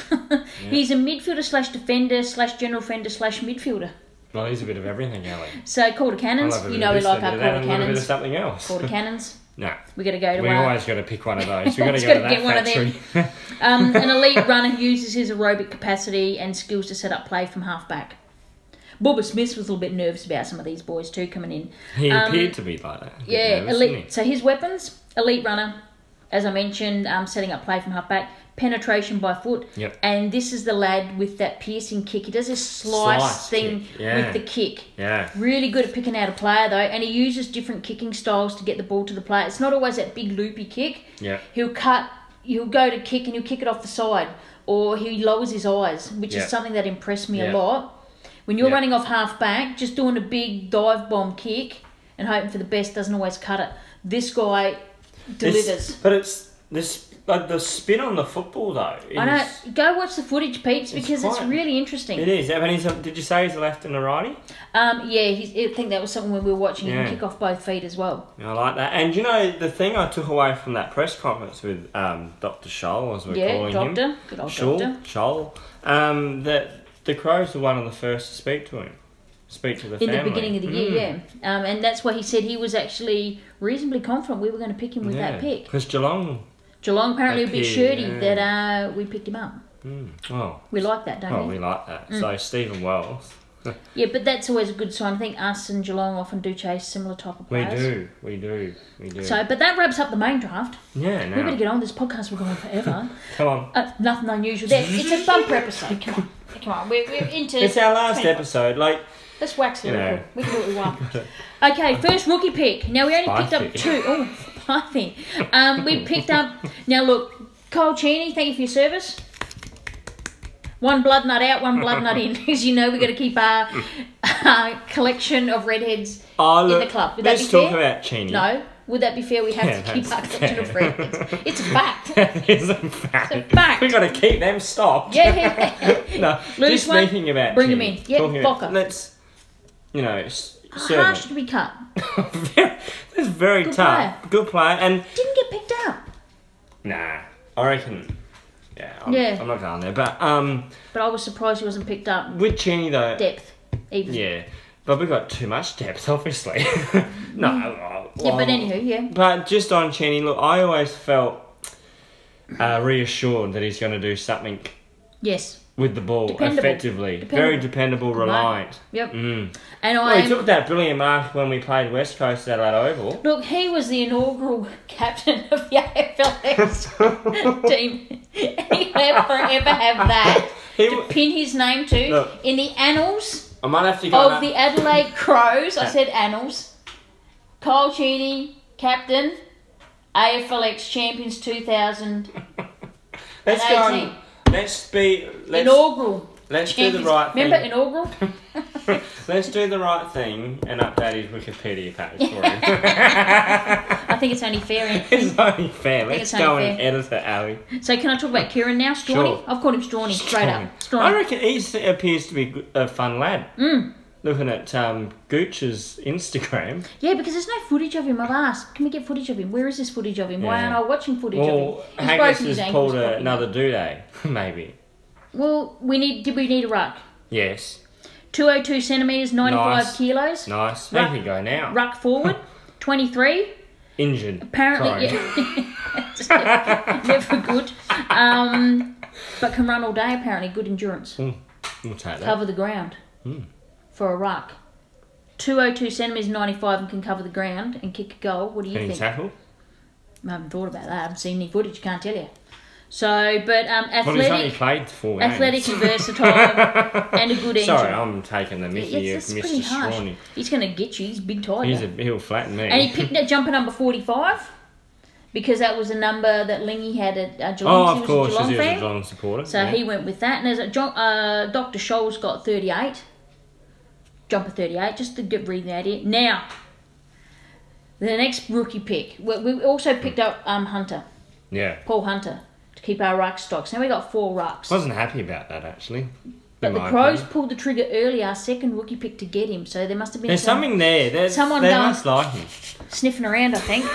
[SPEAKER 1] He's a midfielder slash defender slash general fender slash midfielder.
[SPEAKER 2] Well, he's a bit of everything, Ali.
[SPEAKER 1] So quarter
[SPEAKER 2] I
[SPEAKER 1] cannons.
[SPEAKER 2] love a
[SPEAKER 1] You
[SPEAKER 2] bit
[SPEAKER 1] know
[SPEAKER 2] of
[SPEAKER 1] we
[SPEAKER 2] this,
[SPEAKER 1] like
[SPEAKER 2] a bit
[SPEAKER 1] our
[SPEAKER 2] of that,
[SPEAKER 1] quarter
[SPEAKER 2] and a little bit of
[SPEAKER 1] cannons.
[SPEAKER 2] something else. <laughs>
[SPEAKER 1] Quarter cannons.
[SPEAKER 2] no,
[SPEAKER 1] We're going to go to
[SPEAKER 2] we
[SPEAKER 1] our-
[SPEAKER 2] always got to
[SPEAKER 1] <laughs>
[SPEAKER 2] pick one of those. We've got to
[SPEAKER 1] Just
[SPEAKER 2] go
[SPEAKER 1] gotta
[SPEAKER 2] to that
[SPEAKER 1] get one of them.
[SPEAKER 2] factory.
[SPEAKER 1] Um, an elite runner uses his aerobic capacity and skills to set up play from halfback. Bubba Smith was a little bit nervous about some of these boys too coming in.
[SPEAKER 2] <laughs> he
[SPEAKER 1] Um,
[SPEAKER 2] appeared to be like that. a bit
[SPEAKER 1] Yeah,
[SPEAKER 2] nervous,
[SPEAKER 1] elite.
[SPEAKER 2] didn't he?
[SPEAKER 1] So his weapons: elite runner, as I mentioned, um, setting up play from halfback, penetration by foot,
[SPEAKER 2] Yep.
[SPEAKER 1] and this is the lad with that piercing kick. He does this slice,
[SPEAKER 2] Slice
[SPEAKER 1] thing
[SPEAKER 2] kick, yeah.
[SPEAKER 1] with the kick.
[SPEAKER 2] Yeah.
[SPEAKER 1] Really good at picking out a player though, and he uses different kicking styles to get the ball to the player. It's not always that big loopy kick.
[SPEAKER 2] Yeah.
[SPEAKER 1] He'll cut. He'll go to kick and he'll kick it off the side, or he lowers his eyes, which
[SPEAKER 2] Yeah.
[SPEAKER 1] is something that impressed me a
[SPEAKER 2] Yeah.
[SPEAKER 1] lot. When you're
[SPEAKER 2] Yeah.
[SPEAKER 1] running off half back, just doing a big dive bomb kick and hoping for the best doesn't always cut it. This guy delivers.
[SPEAKER 2] It's- but it's this, but the spin on the football though. Is,
[SPEAKER 1] I know. Go watch the footage, peeps, because it's,
[SPEAKER 2] quite-
[SPEAKER 1] really interesting.
[SPEAKER 2] It is. I mean, he's a, did you say he's a left and a righty?
[SPEAKER 1] Um, yeah, he's, I think that was something when we were watching
[SPEAKER 2] Yeah.
[SPEAKER 1] him kick off both feet as well.
[SPEAKER 2] I like that. And you know, the thing I took away from that press conference with um, Dr. Scholl, as we're
[SPEAKER 1] yeah,
[SPEAKER 2] calling
[SPEAKER 1] doctor,
[SPEAKER 2] him.
[SPEAKER 1] good old
[SPEAKER 2] Scholl,
[SPEAKER 1] doctor.
[SPEAKER 2] Scholl. Um, that the Crows were one of the first to speak to him. Speak to the
[SPEAKER 1] In
[SPEAKER 2] family. Mm.
[SPEAKER 1] the beginning of the year, yeah, um, and that's why he said he was actually reasonably confident we were going to pick him with that pick.
[SPEAKER 2] Because Geelong.
[SPEAKER 1] Geelong apparently a bit
[SPEAKER 2] Appeared,
[SPEAKER 1] shirty
[SPEAKER 2] yeah.
[SPEAKER 1] that uh, we picked him up.
[SPEAKER 2] Oh,
[SPEAKER 1] We like that, don't
[SPEAKER 2] well,
[SPEAKER 1] we?
[SPEAKER 2] we like that.
[SPEAKER 1] Mm.
[SPEAKER 2] So, Stephen Wells.
[SPEAKER 1] Yeah, but that's always a good sign. I think us and Geelong often do chase similar type of
[SPEAKER 2] We
[SPEAKER 1] players.
[SPEAKER 2] do. We do. We do.
[SPEAKER 1] So, but that wraps up the main draft.
[SPEAKER 2] yeah,
[SPEAKER 1] We better
[SPEAKER 2] now.
[SPEAKER 1] get on. This podcast will go on
[SPEAKER 2] <laughs>
[SPEAKER 1] forever.
[SPEAKER 2] Come on.
[SPEAKER 1] uh, nothing unusual there. It's a bumper episode. Come on. Come on, we're, we're into.
[SPEAKER 2] It's our last
[SPEAKER 1] 25.
[SPEAKER 2] episode. Like,
[SPEAKER 1] Let's wax
[SPEAKER 2] You know.
[SPEAKER 1] lyrical. We can do what we want.
[SPEAKER 2] <laughs>
[SPEAKER 1] Okay, first rookie pick. Now we only picked up
[SPEAKER 2] Spicy.
[SPEAKER 1] two. Oh, <laughs> spicy. Um, we picked up. Now look, Cole Cheney, thank you for your service. One blood nut out, one blood nut in. <laughs> As you know, we've got to keep our, our collection of redheads.
[SPEAKER 2] oh, look,
[SPEAKER 1] the club. Would that
[SPEAKER 2] let's
[SPEAKER 1] be
[SPEAKER 2] talk
[SPEAKER 1] fair?
[SPEAKER 2] about Cheney.
[SPEAKER 1] No, would that be fair? We have
[SPEAKER 2] Yeah,
[SPEAKER 1] to keep
[SPEAKER 2] that's
[SPEAKER 1] our collection of
[SPEAKER 2] fair.
[SPEAKER 1] redheads.
[SPEAKER 2] <laughs>
[SPEAKER 1] It's a fact.
[SPEAKER 2] it's a fact.
[SPEAKER 1] It's a fact.
[SPEAKER 2] we got to keep them stocked.
[SPEAKER 1] Yeah.
[SPEAKER 2] <laughs> no,
[SPEAKER 1] Lose
[SPEAKER 2] just
[SPEAKER 1] one,
[SPEAKER 2] thinking about
[SPEAKER 1] bring
[SPEAKER 2] Jim.
[SPEAKER 1] 'em in. Yeah,
[SPEAKER 2] Talking
[SPEAKER 1] Boca.
[SPEAKER 2] Let's, you know, s-
[SPEAKER 1] How
[SPEAKER 2] serve
[SPEAKER 1] should we cut?
[SPEAKER 2] him. That's <laughs> very
[SPEAKER 1] Good
[SPEAKER 2] tough.
[SPEAKER 1] player.
[SPEAKER 2] Good player, and
[SPEAKER 1] Didn't get picked up.
[SPEAKER 2] nah, I reckon. Yeah, I'm,
[SPEAKER 1] Yeah.
[SPEAKER 2] I'm not going there, but um,
[SPEAKER 1] But I was surprised he wasn't picked up.
[SPEAKER 2] with Cheney though,
[SPEAKER 1] Depth, even.
[SPEAKER 2] yeah, but we got too much depth, <laughs> obviously. no, well,
[SPEAKER 1] Mm-hmm. Yeah, but anywho, yeah.
[SPEAKER 2] But just on Cheney, look, I always felt uh, reassured that he's going to do something
[SPEAKER 1] Yes.
[SPEAKER 2] with the ball
[SPEAKER 1] Dependable.
[SPEAKER 2] effectively. Very dependable, reliant.
[SPEAKER 1] Yep. And I
[SPEAKER 2] Mm. Well, he
[SPEAKER 1] am-
[SPEAKER 2] took that brilliant mark when we played West Coast at that
[SPEAKER 1] <laughs>
[SPEAKER 2] Oval.
[SPEAKER 1] look, he was the inaugural <laughs> captain of the
[SPEAKER 2] <laughs>
[SPEAKER 1] AFLX team. He will forever have that
[SPEAKER 2] <laughs> He
[SPEAKER 1] to
[SPEAKER 2] w-
[SPEAKER 1] pin his name to
[SPEAKER 2] Look.
[SPEAKER 1] in the annals
[SPEAKER 2] I might have to go.
[SPEAKER 1] of
[SPEAKER 2] and-
[SPEAKER 1] the
[SPEAKER 2] <laughs>
[SPEAKER 1] Adelaide Crows. I said annals. Kyle Cheney, captain, AFLX champions 2000
[SPEAKER 2] let's go. and-
[SPEAKER 1] 18.
[SPEAKER 2] let's be. Let's,
[SPEAKER 1] inaugural.
[SPEAKER 2] let's do the
[SPEAKER 1] Champions.
[SPEAKER 2] right thing.
[SPEAKER 1] Remember inaugural?
[SPEAKER 2] <laughs> let's do the right thing and update his Wikipedia page for
[SPEAKER 1] <laughs>
[SPEAKER 2] him. <laughs>
[SPEAKER 1] I think it's only fair. Ian.
[SPEAKER 2] it's only fair.
[SPEAKER 1] think it's
[SPEAKER 2] Let's go
[SPEAKER 1] only
[SPEAKER 2] and edit it, Ali.
[SPEAKER 1] So can I talk about Kieran now? Strawny?
[SPEAKER 2] Sure.
[SPEAKER 1] I've called him Strawny straight
[SPEAKER 2] <laughs>
[SPEAKER 1] up.
[SPEAKER 2] I
[SPEAKER 1] Strawny.
[SPEAKER 2] reckon he s- appears to be g- a fun lad.
[SPEAKER 1] Mm.
[SPEAKER 2] Looking at um, Gooch's Instagram.
[SPEAKER 1] Yeah, because there's no footage of him. I've asked, can we get footage of him? Where is this footage of him? Why
[SPEAKER 2] Yeah.
[SPEAKER 1] aren't I watching footage
[SPEAKER 2] Well,
[SPEAKER 1] of him? He's
[SPEAKER 2] Haggis
[SPEAKER 1] broken
[SPEAKER 2] has
[SPEAKER 1] his ankles,
[SPEAKER 2] pulled a,
[SPEAKER 1] probably.
[SPEAKER 2] another do day, <laughs> maybe.
[SPEAKER 1] Well, we need. Did we need a ruck?
[SPEAKER 2] Yes.
[SPEAKER 1] 202 centimetres, 95
[SPEAKER 2] Nice.
[SPEAKER 1] kilos.
[SPEAKER 2] Nice.
[SPEAKER 1] Right.
[SPEAKER 2] He can go now.
[SPEAKER 1] Ruck
[SPEAKER 2] <laughs>
[SPEAKER 1] forward, 23.
[SPEAKER 2] Injured.
[SPEAKER 1] Apparently,
[SPEAKER 2] Sorry.
[SPEAKER 1] yeah. <laughs> never good. Um, but can run all day, apparently. Good endurance.
[SPEAKER 2] Hmm. We'll take that.
[SPEAKER 1] Cover the ground
[SPEAKER 2] Hmm.
[SPEAKER 1] for a oh ruck. 202 centimetres, 95 and can cover the ground and kick a goal. What do you
[SPEAKER 2] Can he
[SPEAKER 1] think?
[SPEAKER 2] tackle?
[SPEAKER 1] I haven't thought about that. I haven't seen any footage. Can't tell you. So, but um,
[SPEAKER 2] Well, he's only
[SPEAKER 1] athletic,
[SPEAKER 2] played four games.
[SPEAKER 1] athletic
[SPEAKER 2] <laughs>
[SPEAKER 1] and versatile, and a good engine.
[SPEAKER 2] Sorry, I'm taking the
[SPEAKER 1] Yeah,
[SPEAKER 2] mickey
[SPEAKER 1] it's,
[SPEAKER 2] of
[SPEAKER 1] it's pretty
[SPEAKER 2] Mr.
[SPEAKER 1] harsh.
[SPEAKER 2] Strawny.
[SPEAKER 1] He's going to get you. He's a big tiger.
[SPEAKER 2] He's a, he'll flatten me.
[SPEAKER 1] and he picked that jumper number 45 because that was a number that Lingy had at uh, Geelong.
[SPEAKER 2] <laughs> oh,
[SPEAKER 1] he
[SPEAKER 2] of
[SPEAKER 1] was
[SPEAKER 2] course,
[SPEAKER 1] a Geelong
[SPEAKER 2] because he was a
[SPEAKER 1] fan.
[SPEAKER 2] Geelong supporter.
[SPEAKER 1] So
[SPEAKER 2] yeah.
[SPEAKER 1] he went with that. And there's a, John, uh, Dr. Scholl's got 38. Jumper 38, just to get reading that here. Now, the next rookie pick. We, we also picked up um, Hunter,
[SPEAKER 2] Yeah.
[SPEAKER 1] Paul Hunter, to keep our ruck stocks. Now we got four rucks.
[SPEAKER 2] Wasn't happy about that, actually.
[SPEAKER 1] But
[SPEAKER 2] in
[SPEAKER 1] the
[SPEAKER 2] my
[SPEAKER 1] Crows
[SPEAKER 2] opinion.
[SPEAKER 1] pulled the trigger early, our second rookie pick to get him. So there must have been
[SPEAKER 2] There's
[SPEAKER 1] some-
[SPEAKER 2] something there. There's,
[SPEAKER 1] Someone
[SPEAKER 2] they
[SPEAKER 1] done-
[SPEAKER 2] must like him.
[SPEAKER 1] sniffing around, I think.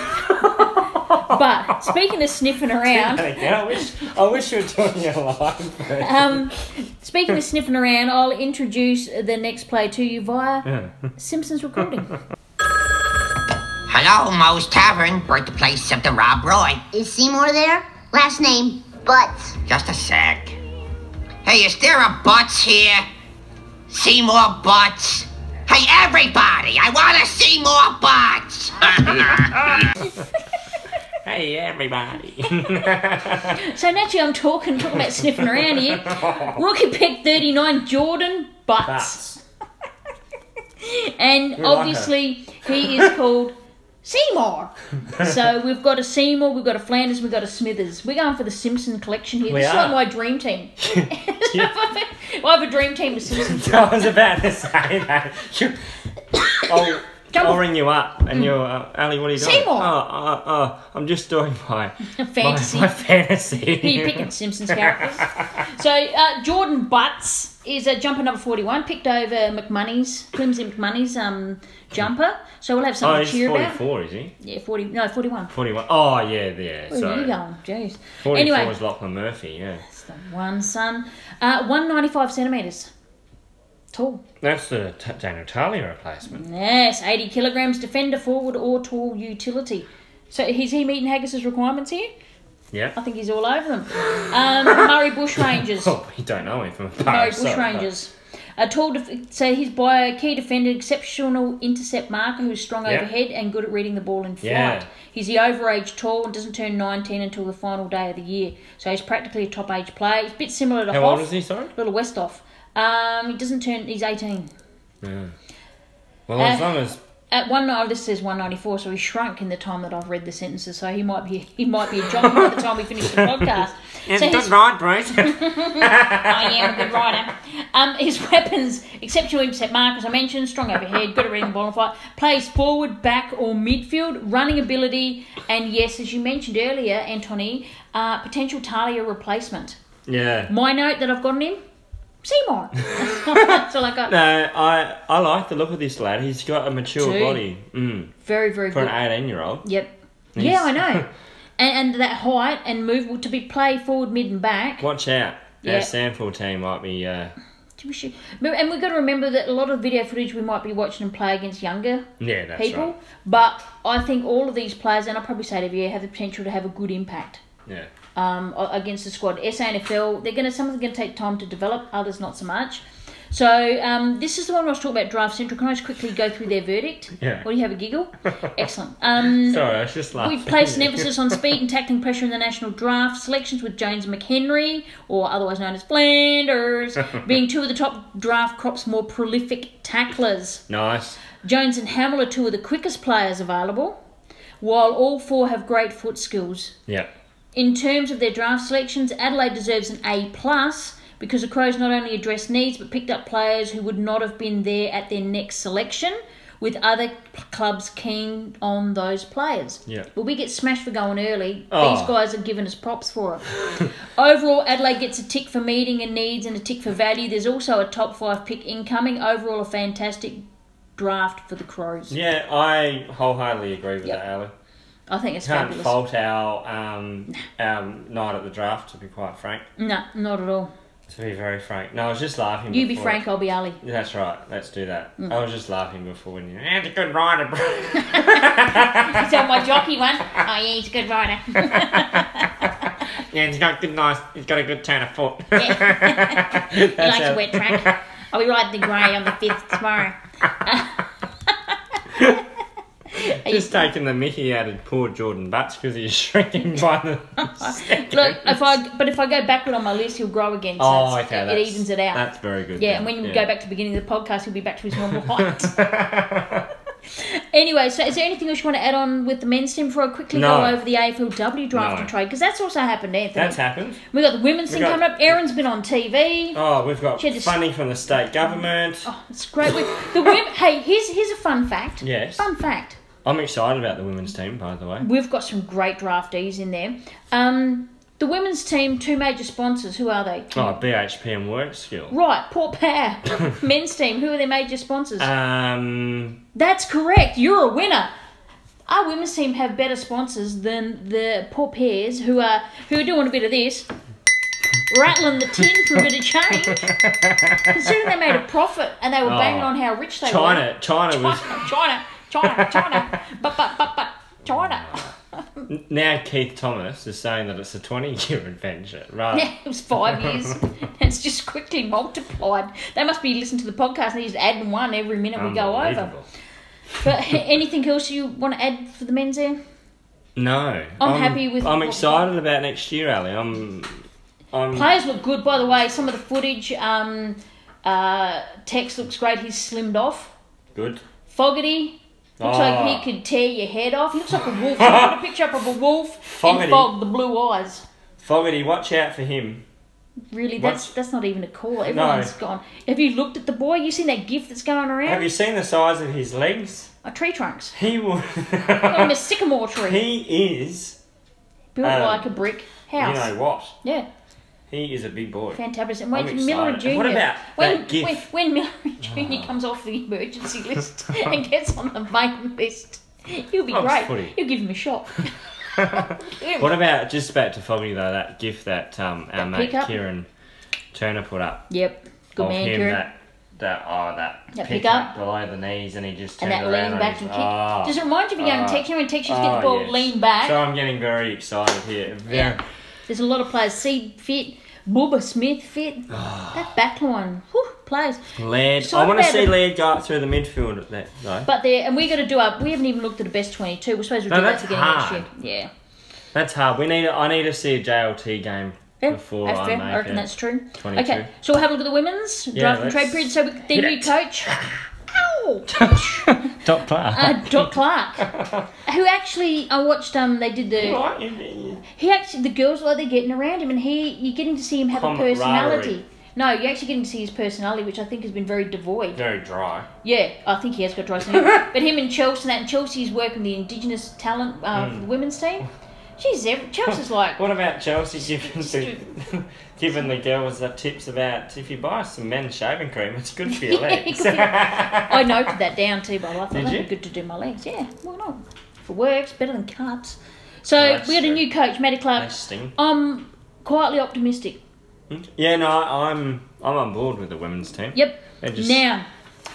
[SPEAKER 1] <laughs> but speaking of sniffing around,
[SPEAKER 2] I wish, I wish you were talking your life.
[SPEAKER 1] um, speaking of sniffing around, I'll introduce the next play to you via
[SPEAKER 2] Yeah.
[SPEAKER 1] Simpsons recording.
[SPEAKER 5] Hello, Moe's Tavern, birthplace of the Rob Roy.
[SPEAKER 6] Is Seymour there? Last name, Butts.
[SPEAKER 5] Just a sec. Hey, is there a Butts here? See more Butts? Hey, everybody, I want to see more Butts! <laughs>
[SPEAKER 2] Hey, everybody. <laughs>
[SPEAKER 1] So naturally, I'm talking talking about sniffing around here.
[SPEAKER 2] <laughs>
[SPEAKER 1] Rookie pick 39, Jordan Butts,
[SPEAKER 2] That's
[SPEAKER 1] and
[SPEAKER 2] like
[SPEAKER 1] obviously he
[SPEAKER 2] <laughs>
[SPEAKER 1] is called. Seymour. so we've got a Seymour, we've got a Flanders, we've got a Smithers. We're going for the Simpson collection here.
[SPEAKER 2] We
[SPEAKER 1] this
[SPEAKER 2] are.
[SPEAKER 1] is like my dream
[SPEAKER 2] <laughs>
[SPEAKER 1] team. <laughs> I have a dream team with Simpsons.
[SPEAKER 2] I was about to say that. You- I'll,
[SPEAKER 1] Come
[SPEAKER 2] I'll
[SPEAKER 1] on. Mm.
[SPEAKER 2] ring you up and you'll, uh, Ali, what are you doing?
[SPEAKER 1] Seymour.
[SPEAKER 2] Oh, oh, oh, I'm just doing my
[SPEAKER 1] <laughs> fantasy.
[SPEAKER 2] My, my fantasy.
[SPEAKER 1] You're picking Simpsons characters. So uh, Jordan Butts is a jumper number forty-one, picked over McMoney's flimsy McMoney's um jumper. So we'll have
[SPEAKER 2] <laughs> Oh,
[SPEAKER 1] something to
[SPEAKER 2] he's
[SPEAKER 1] cheer about.
[SPEAKER 2] 44, is he?
[SPEAKER 1] Yeah, forty. No, forty-one.
[SPEAKER 2] 41. Oh, yeah, yeah.
[SPEAKER 1] Where are you
[SPEAKER 2] Sorry.
[SPEAKER 1] going? Jeez.
[SPEAKER 2] 44
[SPEAKER 1] Anyway,
[SPEAKER 2] is Lachlan Murphy, yeah.
[SPEAKER 1] that's the one son. Uh, one ninety-five centimeters. Tall.
[SPEAKER 2] That's the T- Daniel Tarley replacement.
[SPEAKER 1] Yes, eighty kilograms. Defender, forward, or tall utility. So is he meeting Haggis's requirements here? I
[SPEAKER 2] Yeah.
[SPEAKER 1] think he's all over them. Um, Murray Bush Rangers.
[SPEAKER 2] <laughs> Oh, we don't know him from a
[SPEAKER 1] No,
[SPEAKER 2] past.
[SPEAKER 1] Bush Rangers. A tall, def- so he's by a key defender, exceptional intercept marker who's strong
[SPEAKER 2] Yeah.
[SPEAKER 1] overhead and good at reading the ball in flight.
[SPEAKER 2] Yeah.
[SPEAKER 1] He's the overage tall and doesn't turn 19 until the final day of the year. So he's practically a top age player. He's a bit similar to
[SPEAKER 2] How
[SPEAKER 1] Hoff,
[SPEAKER 2] old is he, sorry?
[SPEAKER 1] Little Westhoff. Um, he doesn't turn. He's 18.
[SPEAKER 2] Well, as long as
[SPEAKER 1] At one, oh, this says 194, so he shrunk in the time that I've read the sentences. So he might be he might be a jock by the time we finish the podcast. so he's-
[SPEAKER 2] right, Bruce.
[SPEAKER 1] I am a good writer. Um, his weapons, exceptional intercept mark, as I mentioned, strong overhead, good at reading the ball and fight, plays forward, back, or midfield, running ability, and yes, as you mentioned earlier, Antony, uh, potential Talia replacement.
[SPEAKER 2] <laughs>
[SPEAKER 1] <laughs>
[SPEAKER 2] yeah.
[SPEAKER 1] My note that I've got on him Seymour. <laughs> That's all I got.
[SPEAKER 2] No, I I like the look of this lad. He's got a mature
[SPEAKER 1] Dude.
[SPEAKER 2] body mm,
[SPEAKER 1] Very, very
[SPEAKER 2] for
[SPEAKER 1] good.
[SPEAKER 2] an eighteen-year-old.
[SPEAKER 1] Yep.
[SPEAKER 2] He's-
[SPEAKER 1] Yeah, I
[SPEAKER 2] <laughs>
[SPEAKER 1] know. And, and that height and move to be play forward, mid, and back.
[SPEAKER 2] Watch out.
[SPEAKER 1] Yeah.
[SPEAKER 2] Our Sanford team might be. Uh,
[SPEAKER 1] Do we should- And we've got to remember that a lot of video footage we might be watching and play against younger
[SPEAKER 2] yeah, that's
[SPEAKER 1] people.
[SPEAKER 2] right.
[SPEAKER 1] But I think all of these players, and I'll probably say to you, have the potential to have a good impact
[SPEAKER 2] Yeah.
[SPEAKER 1] um, a- against the squad. SANFL, they're going to some of them going to take time to develop, others not so much. So um, this is the one I was talking about, Draft Central. Can I just quickly go through their verdict?
[SPEAKER 2] Yeah.
[SPEAKER 1] Or do you have a giggle?
[SPEAKER 2] <laughs>
[SPEAKER 1] Excellent. Um,
[SPEAKER 2] Sorry, I was just laughing.
[SPEAKER 1] We've placed an emphasis on speed and tackling pressure in the national draft. Selections with Jones and McHenry, or otherwise known as Flanders, being two of the top draft crop's more prolific tacklers.
[SPEAKER 2] nice.
[SPEAKER 1] Jones and Hamill are two of the quickest players available, while all four have great foot skills.
[SPEAKER 2] Yeah.
[SPEAKER 1] In terms of their draft selections, Adelaide deserves an A plus because the Crows not only addressed needs but picked up players who would not have been there at their next selection, with other p- clubs keen on those players.
[SPEAKER 2] Yeah.
[SPEAKER 1] But we get smashed for going early.
[SPEAKER 2] Oh.
[SPEAKER 1] These guys are giving us props for it.
[SPEAKER 2] <laughs>
[SPEAKER 1] Overall, Adelaide gets a tick for meeting and needs and a tick for value. There's also a top five pick incoming. Overall, a fantastic draft for the Crows.
[SPEAKER 2] Yeah, I wholeheartedly agree with
[SPEAKER 1] Yep.
[SPEAKER 2] that, Ali.
[SPEAKER 1] I think it's
[SPEAKER 2] Can't
[SPEAKER 1] fabulous.
[SPEAKER 2] fault our um, um, night at the draft, to be quite frank.
[SPEAKER 1] No, not at all.
[SPEAKER 2] To be very frank. No, I was just laughing.
[SPEAKER 1] You be
[SPEAKER 2] before.
[SPEAKER 1] Frank, Mm. I'll be Ali.
[SPEAKER 2] That's right. Let's do that. I was just laughing before when you. That's a good rider,
[SPEAKER 1] <laughs>
[SPEAKER 2] bro.
[SPEAKER 1] Is that my jockey one? Oh yeah, he's a good rider. <laughs>
[SPEAKER 2] Yeah, he's got a good, nice. He's got a good turn of
[SPEAKER 1] <laughs>
[SPEAKER 2] foot.
[SPEAKER 1] he likes a wet
[SPEAKER 2] <laughs>
[SPEAKER 1] track. I'll be riding the grey on the fifth tomorrow.
[SPEAKER 2] Just taking the Mickey out of poor Jordan Butts because he's <laughs> shrinking by
[SPEAKER 1] <laughs>
[SPEAKER 2] the. <laughs> second.
[SPEAKER 1] Look, if I but if I go backward on my list, he'll grow again. So
[SPEAKER 2] Oh,
[SPEAKER 1] it's-
[SPEAKER 2] okay.
[SPEAKER 1] it,
[SPEAKER 2] that's-
[SPEAKER 1] evens it out.
[SPEAKER 2] That's very good.
[SPEAKER 1] Yeah,
[SPEAKER 2] then.
[SPEAKER 1] and when you go back to the beginning of the podcast, he'll be back to his
[SPEAKER 2] <laughs>
[SPEAKER 1] normal height. anyway, so is there anything else you want to add on with the men's team before I quickly
[SPEAKER 2] No.
[SPEAKER 1] go over the AFLW draft
[SPEAKER 2] No.
[SPEAKER 1] and trade? Because that's also happened, Anthony.
[SPEAKER 2] That's happened.
[SPEAKER 1] we got the women's thing
[SPEAKER 2] got-
[SPEAKER 1] coming up. Erin's been on TV.
[SPEAKER 2] Oh, we've got
[SPEAKER 1] She had to s-
[SPEAKER 2] funding from the state government.
[SPEAKER 1] Oh, it's great. We, the women. hey, here's here's a fun fact.
[SPEAKER 2] Yes.
[SPEAKER 1] Fun Mm. fact.
[SPEAKER 2] I'm excited about the women's team, by the way.
[SPEAKER 1] We've got some great draftees in there. Um, the women's team, two major sponsors. Who are they?
[SPEAKER 2] Oh, BHP and work skill.
[SPEAKER 1] Right, Port
[SPEAKER 2] <laughs>
[SPEAKER 1] Power. men's team. Who are their major sponsors?
[SPEAKER 2] Uh. Um,
[SPEAKER 1] That's correct. You're a winner. Our women's team have better sponsors than the poor pairs who are who are doing a bit of this, rattling the tin for a bit of
[SPEAKER 2] <laughs>
[SPEAKER 1] change. Considering they made a profit and they were banging
[SPEAKER 2] Oh.
[SPEAKER 1] on how rich they
[SPEAKER 2] China, China
[SPEAKER 1] were.
[SPEAKER 2] was
[SPEAKER 1] China, China, China, China, but but but but China.
[SPEAKER 2] now Keith Thomas is saying that it's a 20 year <laughs> adventure,
[SPEAKER 1] Yeah,
[SPEAKER 2] right?
[SPEAKER 1] <laughs> it was five years. <laughs> It's just quickly multiplied. They must be listening to the podcast and they just adding one every minute we go over.
[SPEAKER 2] Unbelievable.
[SPEAKER 1] But <laughs> anything else you want to add for the men's there?
[SPEAKER 2] No,
[SPEAKER 1] I'm happy with
[SPEAKER 2] I'm
[SPEAKER 1] what-
[SPEAKER 2] excited about next year, Ali. I'm, I'm.
[SPEAKER 1] Players look good, by the way. Some of the footage, um, uh, Tex looks great. He's slimmed off.
[SPEAKER 2] good.
[SPEAKER 1] Fogarty looks
[SPEAKER 2] Oh.
[SPEAKER 1] like he could tear your head off. He looks like a
[SPEAKER 2] <laughs>
[SPEAKER 1] wolf. I put a picture up of a wolf
[SPEAKER 2] Fogarty.
[SPEAKER 1] and Fog, the blue eyes.
[SPEAKER 2] Fogarty, watch out for him.
[SPEAKER 1] Really, that's
[SPEAKER 2] What's-
[SPEAKER 1] that's not even a call. Everyone's gone. Have you looked at the boy? You seen that gif that's going around?
[SPEAKER 2] Have you seen the size of his legs?
[SPEAKER 1] A tree trunks.
[SPEAKER 2] He will. <laughs>
[SPEAKER 1] Got him a sycamore tree.
[SPEAKER 2] he is.
[SPEAKER 1] Built
[SPEAKER 2] um,
[SPEAKER 1] like a brick house.
[SPEAKER 2] You know what?
[SPEAKER 1] yeah,
[SPEAKER 2] He is a big boy.
[SPEAKER 1] fantastic. And when
[SPEAKER 2] I'm
[SPEAKER 1] Miller Jr.
[SPEAKER 2] excited. What about
[SPEAKER 1] when,
[SPEAKER 2] that gif?
[SPEAKER 1] when when Miller <laughs> Jr. comes off the
[SPEAKER 2] <laughs>
[SPEAKER 1] emergency list and gets on the main list, he'll be
[SPEAKER 2] Oh, it's
[SPEAKER 1] great.
[SPEAKER 2] footy.
[SPEAKER 1] He'll give him a
[SPEAKER 2] <laughs>
[SPEAKER 1] shot.
[SPEAKER 2] What about just back to Fogarty though? That gif that um our mate
[SPEAKER 1] pickup?
[SPEAKER 2] Kieran Turner put up
[SPEAKER 1] Yep, good
[SPEAKER 2] of
[SPEAKER 1] man,
[SPEAKER 2] Oh, him
[SPEAKER 1] Kieran.
[SPEAKER 2] that that oh that,
[SPEAKER 1] That
[SPEAKER 2] pickup
[SPEAKER 1] pickup?
[SPEAKER 2] below the knees and he just
[SPEAKER 1] and
[SPEAKER 2] turned
[SPEAKER 1] that
[SPEAKER 2] around
[SPEAKER 1] leaning
[SPEAKER 2] on
[SPEAKER 1] back
[SPEAKER 2] his,
[SPEAKER 1] and kick.
[SPEAKER 2] oh,
[SPEAKER 1] Does it remind you of young
[SPEAKER 2] oh,
[SPEAKER 1] Tex? You know when Tex used to get the
[SPEAKER 2] oh,
[SPEAKER 1] ball,
[SPEAKER 2] yes.
[SPEAKER 1] lean back.
[SPEAKER 2] So I'm getting very excited here. Very,
[SPEAKER 1] Yeah. There's a lot of players. Seed fit, Bubba Smith fit.
[SPEAKER 2] Ah.
[SPEAKER 1] that back line, whew, players.
[SPEAKER 2] Laird,
[SPEAKER 1] So
[SPEAKER 2] I want to
[SPEAKER 1] bad.
[SPEAKER 2] see Laird go up through the midfield at that though.
[SPEAKER 1] But there, and we got to do up. We haven't even looked at the best twenty-two. We're supposed to
[SPEAKER 2] No,
[SPEAKER 1] do that
[SPEAKER 2] that's
[SPEAKER 1] together
[SPEAKER 2] hard.
[SPEAKER 1] next year. Yeah.
[SPEAKER 2] That's hard. We need. I need to see a JLT game
[SPEAKER 1] Yeah,
[SPEAKER 2] before
[SPEAKER 1] that's
[SPEAKER 2] I
[SPEAKER 1] fair.
[SPEAKER 2] make
[SPEAKER 1] I reckon
[SPEAKER 2] it.
[SPEAKER 1] that's true.
[SPEAKER 2] 22.
[SPEAKER 1] Okay, so we'll have a look at the women's draft and
[SPEAKER 2] let's
[SPEAKER 1] trade period. So we, the
[SPEAKER 2] hit
[SPEAKER 1] new
[SPEAKER 2] it. <laughs>
[SPEAKER 1] coach, ow,
[SPEAKER 2] Top class.
[SPEAKER 1] uh, Dot Clark, who actually I watched. Um, they did the
[SPEAKER 2] <laughs> Right, you- you-
[SPEAKER 1] he actually the girls like they're getting around him, and he you're getting to see him have a
[SPEAKER 2] Camaraderie.
[SPEAKER 1] personality. No, you're actually getting to see his personality, which I think has been very devoid.
[SPEAKER 2] Very dry.
[SPEAKER 1] Yeah, I think he has got dry
[SPEAKER 2] <laughs>
[SPEAKER 1] skin. but him and Chelsea, and that and Chelsea's working the indigenous talent uh,
[SPEAKER 2] Mm.
[SPEAKER 1] for the women's team. She's ev- Chelsea's like
[SPEAKER 2] What about Chelsea giving the,
[SPEAKER 1] Stupid.
[SPEAKER 2] <laughs> giving the girls the tips about if you buy some men's shaving cream, it's good for
[SPEAKER 1] <laughs>
[SPEAKER 2] your
[SPEAKER 1] Yeah, it
[SPEAKER 2] legs?
[SPEAKER 1] could be-
[SPEAKER 2] <laughs>
[SPEAKER 1] I noted that down too, by the way. I thought
[SPEAKER 2] Did
[SPEAKER 1] that'd
[SPEAKER 2] you?
[SPEAKER 1] be good to do my legs. Yeah, why not? If it works, better than cuts. So
[SPEAKER 2] That's
[SPEAKER 1] we got a
[SPEAKER 2] true.
[SPEAKER 1] new coach, Matty Clark.
[SPEAKER 2] Interesting.
[SPEAKER 1] I'm quietly optimistic.
[SPEAKER 2] Yeah, no, I'm I'm on board with the women's team.
[SPEAKER 1] Yep.
[SPEAKER 2] They're just-
[SPEAKER 1] now,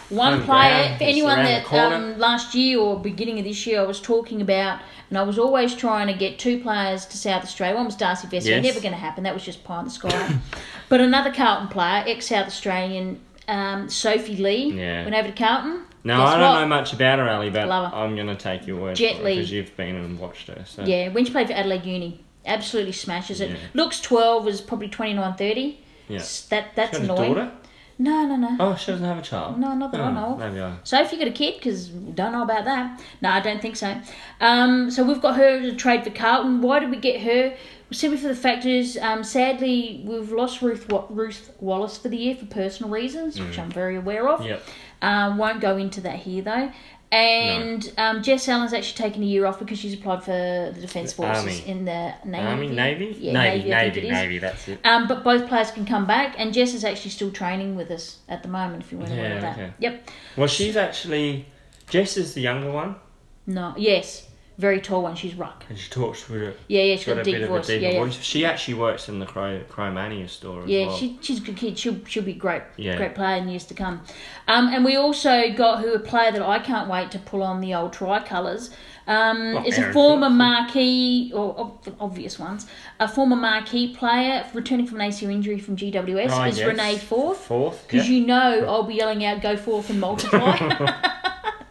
[SPEAKER 1] one
[SPEAKER 2] Home
[SPEAKER 1] player
[SPEAKER 2] ground,
[SPEAKER 1] for
[SPEAKER 2] it's
[SPEAKER 1] anyone
[SPEAKER 2] around the
[SPEAKER 1] that
[SPEAKER 2] corner.
[SPEAKER 1] um, last year or beginning of this year I was talking about, and I was always trying to get two players to South Australia. One was Darcy Vesey,
[SPEAKER 2] Yes.
[SPEAKER 1] never going to happen. That was just pie in the sky. <laughs> but another Carlton player, ex South Australian. Um, Sophie Lee
[SPEAKER 2] Yeah.
[SPEAKER 1] went over to Carlton.
[SPEAKER 2] No,
[SPEAKER 1] Guess
[SPEAKER 2] I don't
[SPEAKER 1] what?
[SPEAKER 2] know much about her, Ali, but
[SPEAKER 1] Love her.
[SPEAKER 2] I'm going to take your word
[SPEAKER 1] Jet
[SPEAKER 2] for
[SPEAKER 1] Li.
[SPEAKER 2] because you've been and watched her. So.
[SPEAKER 1] Yeah, when she played for Adelaide Uni, absolutely smashes it.
[SPEAKER 2] Yeah.
[SPEAKER 1] Looks 12, was probably 29, 30.
[SPEAKER 2] Yeah.
[SPEAKER 1] S- That, that's
[SPEAKER 2] Got a
[SPEAKER 1] annoying.
[SPEAKER 2] daughter?
[SPEAKER 1] No, no, no.
[SPEAKER 2] Oh, she doesn't have a child.
[SPEAKER 1] No, not that I
[SPEAKER 2] Oh,
[SPEAKER 1] know of.
[SPEAKER 2] Maybe I.
[SPEAKER 1] So if you got a kid, because don't know about that. No, I don't think so. Um, so we've got her to trade for Carlton. Why did we get her? Simply for the fact is, um, sadly, we've lost Ruth Wa- Ruth Wallace for the year for personal reasons,
[SPEAKER 2] Mm.
[SPEAKER 1] which I'm very aware of.
[SPEAKER 2] Yep.
[SPEAKER 1] Um, won't go into that here though. And um, Jess Allen's actually taken a year off because she's applied for the Defence Forces
[SPEAKER 2] Army.
[SPEAKER 1] in the Navy.
[SPEAKER 2] Army, Navy?
[SPEAKER 1] Yeah,
[SPEAKER 2] Navy,
[SPEAKER 1] I think
[SPEAKER 2] Navy,
[SPEAKER 1] it is.
[SPEAKER 2] Navy, that's it.
[SPEAKER 1] Um, but both players can come back, and Jess is actually still training with us at the moment. If you want to
[SPEAKER 2] Yeah,
[SPEAKER 1] of that,
[SPEAKER 2] okay.
[SPEAKER 1] yep.
[SPEAKER 2] Well, she's actually. Jess is the younger one.
[SPEAKER 1] No, yes, very tall one. She's rock.
[SPEAKER 2] And she talks with it.
[SPEAKER 1] Yeah, yeah, she's
[SPEAKER 2] Got,
[SPEAKER 1] got,
[SPEAKER 2] a
[SPEAKER 1] a deep
[SPEAKER 2] bit
[SPEAKER 1] voice.
[SPEAKER 2] of a deeper
[SPEAKER 1] yeah, yeah.
[SPEAKER 2] voice. She actually works in the Cry- Crymania store as
[SPEAKER 1] Yeah,
[SPEAKER 2] well.
[SPEAKER 1] she, she's a good kid. She'll, she'll be great.
[SPEAKER 2] Yeah.
[SPEAKER 1] Great player in years to come. Um, and we also got who a player that I can't wait to pull on the old tricolours. Um,
[SPEAKER 2] Well,
[SPEAKER 1] it's a
[SPEAKER 2] Aaron
[SPEAKER 1] former
[SPEAKER 2] Phillips.
[SPEAKER 1] marquee, or ob- obvious ones, a former marquee player returning from an ACL injury from GWS
[SPEAKER 2] Ah,
[SPEAKER 1] is
[SPEAKER 2] yes.
[SPEAKER 1] Renee Forth.
[SPEAKER 2] Fourth.
[SPEAKER 1] Because
[SPEAKER 2] yeah.
[SPEAKER 1] you know I'll be yelling out, go forth and
[SPEAKER 2] <laughs>
[SPEAKER 1] multiply. <laughs>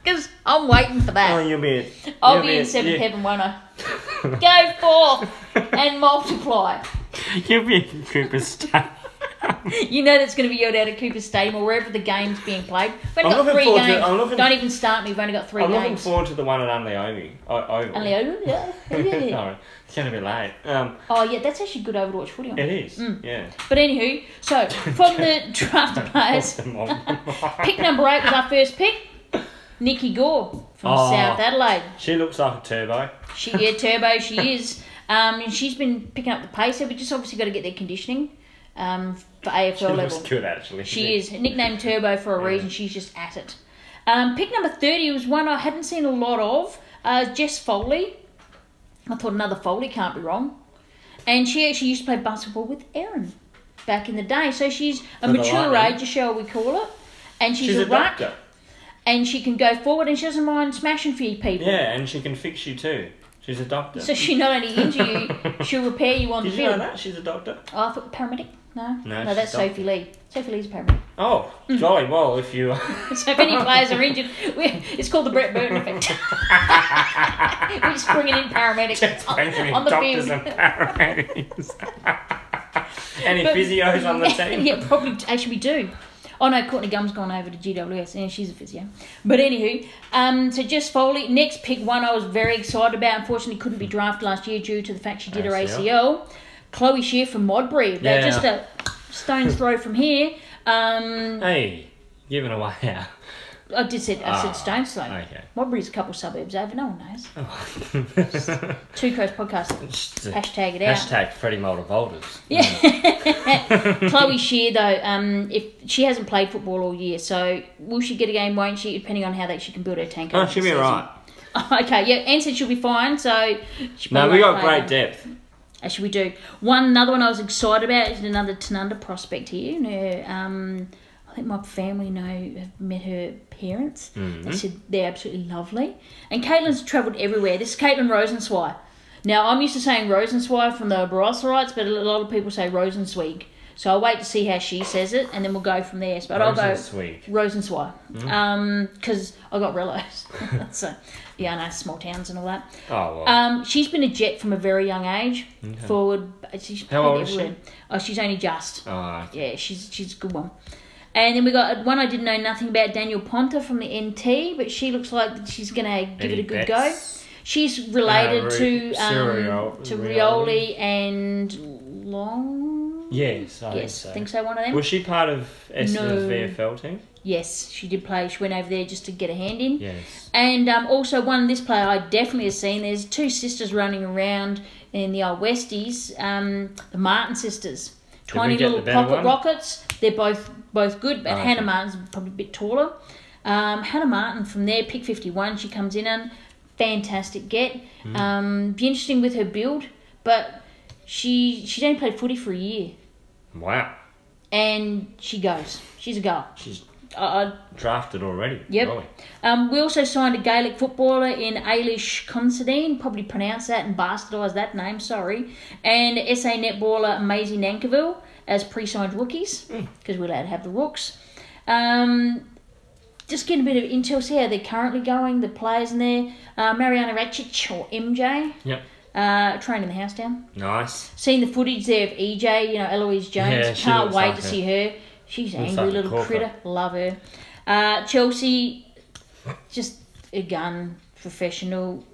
[SPEAKER 1] Because I'm waiting for that.
[SPEAKER 2] Oh, you'll be. in-
[SPEAKER 1] I'll
[SPEAKER 2] you'll
[SPEAKER 1] be in seventh
[SPEAKER 2] yeah.
[SPEAKER 1] heaven, won't I? <laughs> Go forth and multiply.
[SPEAKER 2] You'll be in Cooper's Town.
[SPEAKER 1] <laughs> You know that's going to be yelled out at Cooper's Stadium or wherever the game's being played. We've only
[SPEAKER 2] I'm
[SPEAKER 1] got
[SPEAKER 2] looking
[SPEAKER 1] three
[SPEAKER 2] forward to-
[SPEAKER 1] games.
[SPEAKER 2] I'm looking-
[SPEAKER 1] Don't even start me. We've only got 3
[SPEAKER 2] I'm looking
[SPEAKER 1] games.
[SPEAKER 2] forward to the one at Unleomi. O- Oval.
[SPEAKER 1] And Leo, yeah, yeah.
[SPEAKER 2] <laughs> Sorry, it's gonna be late. Um,
[SPEAKER 1] oh yeah, that's actually good over to watch footy on.
[SPEAKER 2] it is.
[SPEAKER 1] Mm.
[SPEAKER 2] Yeah.
[SPEAKER 1] But anywho, so from
[SPEAKER 2] <laughs>
[SPEAKER 1] the draft players,
[SPEAKER 2] Awesome.
[SPEAKER 1] pick number eight was our first pick. Nikki Gore from
[SPEAKER 2] Oh.
[SPEAKER 1] South Adelaide.
[SPEAKER 2] <laughs> she looks like a turbo.
[SPEAKER 1] She yeah, turbo. She is. Um, and she's been picking up the pace. So we just obviously got to get their conditioning um, for AFL
[SPEAKER 2] She
[SPEAKER 1] level.
[SPEAKER 2] looks good actually.
[SPEAKER 1] She is nicknamed Turbo for a reason. She's just at it. Um, pick number thirty was one I hadn't seen a lot of. Uh, Jess Foley. I thought another Foley can't be wrong. And she actually used to play basketball with Erin back in the day. So she's a
[SPEAKER 2] For the
[SPEAKER 1] mature
[SPEAKER 2] Lightning.
[SPEAKER 1] age, shall we call it? And she's,
[SPEAKER 2] She's a
[SPEAKER 1] a ruck,
[SPEAKER 2] doctor.
[SPEAKER 1] and she can go forward, and she doesn't mind smashing for you people.
[SPEAKER 2] Yeah, and she can fix you too. She's a doctor.
[SPEAKER 1] So she not only injure
[SPEAKER 2] <laughs>
[SPEAKER 1] you, she'll repair you on
[SPEAKER 2] Did
[SPEAKER 1] the
[SPEAKER 2] you know
[SPEAKER 1] field.
[SPEAKER 2] that? She's a doctor.
[SPEAKER 1] Oh, I thought paramedic. No,
[SPEAKER 2] No,
[SPEAKER 1] no,
[SPEAKER 2] she's
[SPEAKER 1] that's
[SPEAKER 2] not.
[SPEAKER 1] Sophie Lee. Sophie Lee's a paramedic.
[SPEAKER 2] Oh,
[SPEAKER 1] Mm.
[SPEAKER 2] jolly well if you.
[SPEAKER 1] <laughs> So if
[SPEAKER 2] <laughs>
[SPEAKER 1] any players are injured, we, it's called the Brett Burton effect. <laughs> We're just bringing in
[SPEAKER 2] <laughs>
[SPEAKER 1] paramedics on, on the
[SPEAKER 2] doctors
[SPEAKER 1] field.
[SPEAKER 2] and
[SPEAKER 1] <laughs>
[SPEAKER 2] paramedics. Any
[SPEAKER 1] But-
[SPEAKER 2] physios on
[SPEAKER 1] <laughs>
[SPEAKER 2] the team?
[SPEAKER 1] yeah, probably. Actually, we do. Oh no, Courtney Gum's gone over to GWS, and she's a physio. But anywho, um, so Jess Foley, next pick one I was very excited about. Unfortunately, couldn't be
[SPEAKER 2] Hmm.
[SPEAKER 1] drafted last year due to the fact she did her
[SPEAKER 2] ACL.
[SPEAKER 1] ACL. Chloe Shear from Modbury, about
[SPEAKER 2] Yeah.
[SPEAKER 1] just a stone's throw from here. Um,
[SPEAKER 2] Hey, giving away out.
[SPEAKER 1] I did said I said stone's throw.
[SPEAKER 2] Ah, okay.
[SPEAKER 1] Modbury's a couple of suburbs over. No one
[SPEAKER 2] <laughs>
[SPEAKER 1] knows. Two Crows podcast. Hashtag it out. <laughs>
[SPEAKER 2] Oh. Hashtag Freddie Mulder Boulders. <laughs>
[SPEAKER 1] Chloe Shear though, um, if she hasn't played football all year, so will she get a game? Won't she? Depending on how that she can build her tank.
[SPEAKER 2] Oh,
[SPEAKER 1] over the
[SPEAKER 2] she'll be
[SPEAKER 1] season.
[SPEAKER 2] alright.
[SPEAKER 1] <laughs> Okay, yeah, Anne said she'll be fine. So she
[SPEAKER 2] No,
[SPEAKER 1] probably
[SPEAKER 2] we
[SPEAKER 1] won't
[SPEAKER 2] got
[SPEAKER 1] play
[SPEAKER 2] great
[SPEAKER 1] then.
[SPEAKER 2] depth.
[SPEAKER 1] Actually, we do. One another one I was excited about is another Tanunda prospect here. And her, um, I think my family know have met her parents. They said they're absolutely lovely. And Caitlin's travelled everywhere. This is Caitlin Rosenswy. Now I'm used to saying Rosenswy from the Barosserites, but a lot of people say Rosensweg. So I'll wait to see how she says it, and then we'll go from there. But I'll go
[SPEAKER 2] Rosensweg.
[SPEAKER 1] Rosenswy, because I got <laughs> Rellos. so yeah, I know small towns and all that.
[SPEAKER 2] Oh, well.
[SPEAKER 1] Um, she's been a jet from a very young age. Forward, she's
[SPEAKER 2] How
[SPEAKER 1] played
[SPEAKER 2] old is she?
[SPEAKER 1] everywhere. Oh, she's only just.
[SPEAKER 2] Oh,
[SPEAKER 1] Yeah, she's she's a good one. And then we got one I didn't know nothing about, Daniel Ponta from the NT, but she looks like she's gonna give it a
[SPEAKER 2] Any
[SPEAKER 1] good
[SPEAKER 2] bets?
[SPEAKER 1] go. She's related
[SPEAKER 2] Uh, Ru-
[SPEAKER 1] to
[SPEAKER 2] Cyril
[SPEAKER 1] um, to
[SPEAKER 2] Rioli.
[SPEAKER 1] Rioli and Long.
[SPEAKER 2] Yes, I
[SPEAKER 1] Yes,
[SPEAKER 2] think so.
[SPEAKER 1] think so. One of them.
[SPEAKER 2] Was she part of Essendon's
[SPEAKER 1] No.
[SPEAKER 2] VFL team?
[SPEAKER 1] yes, she did play. She went over there just to get a hand in.
[SPEAKER 2] Yes.
[SPEAKER 1] And um, also one this player I definitely have seen. There's two sisters running around in the old Westies, um, the Martin sisters.
[SPEAKER 2] we
[SPEAKER 1] Tiny
[SPEAKER 2] get
[SPEAKER 1] little
[SPEAKER 2] the better
[SPEAKER 1] pocket
[SPEAKER 2] one?
[SPEAKER 1] rockets. They're both both good, but
[SPEAKER 2] Oh,
[SPEAKER 1] Hannah
[SPEAKER 2] okay.
[SPEAKER 1] Martin's probably a bit taller. Um, Hannah Martin from there, pick fifty one. She comes in and fantastic get.
[SPEAKER 2] Hmm.
[SPEAKER 1] Um, be interesting with her build, but she she's only played footy for a year
[SPEAKER 2] Wow.
[SPEAKER 1] and she goes. She's a goal.
[SPEAKER 2] She's
[SPEAKER 1] I, I
[SPEAKER 2] drafted already.
[SPEAKER 1] Yep.
[SPEAKER 2] Golly.
[SPEAKER 1] Um, we also signed a Gaelic footballer in Ailish Considine, probably pronounced that and bastardised that name, sorry. And SA netballer Maisie Nankerville as pre signed rookies, because we're allowed to have the rooks. Um, just getting a bit of intel, see how they're currently going, the players in there. Uh, Mariana Ratchich, or MJ,
[SPEAKER 2] Yep.
[SPEAKER 1] uh, training the house down
[SPEAKER 2] Nice.
[SPEAKER 1] seen the footage there of EJ, you know, Eloise Jones.
[SPEAKER 2] Yeah, she
[SPEAKER 1] Can't
[SPEAKER 2] looks
[SPEAKER 1] wait
[SPEAKER 2] like
[SPEAKER 1] to
[SPEAKER 2] her.
[SPEAKER 1] see her. She's an
[SPEAKER 2] Looks
[SPEAKER 1] angry
[SPEAKER 2] like a
[SPEAKER 1] little
[SPEAKER 2] corker.
[SPEAKER 1] critter. Love her. Uh, Chelsea, just a gun, professional,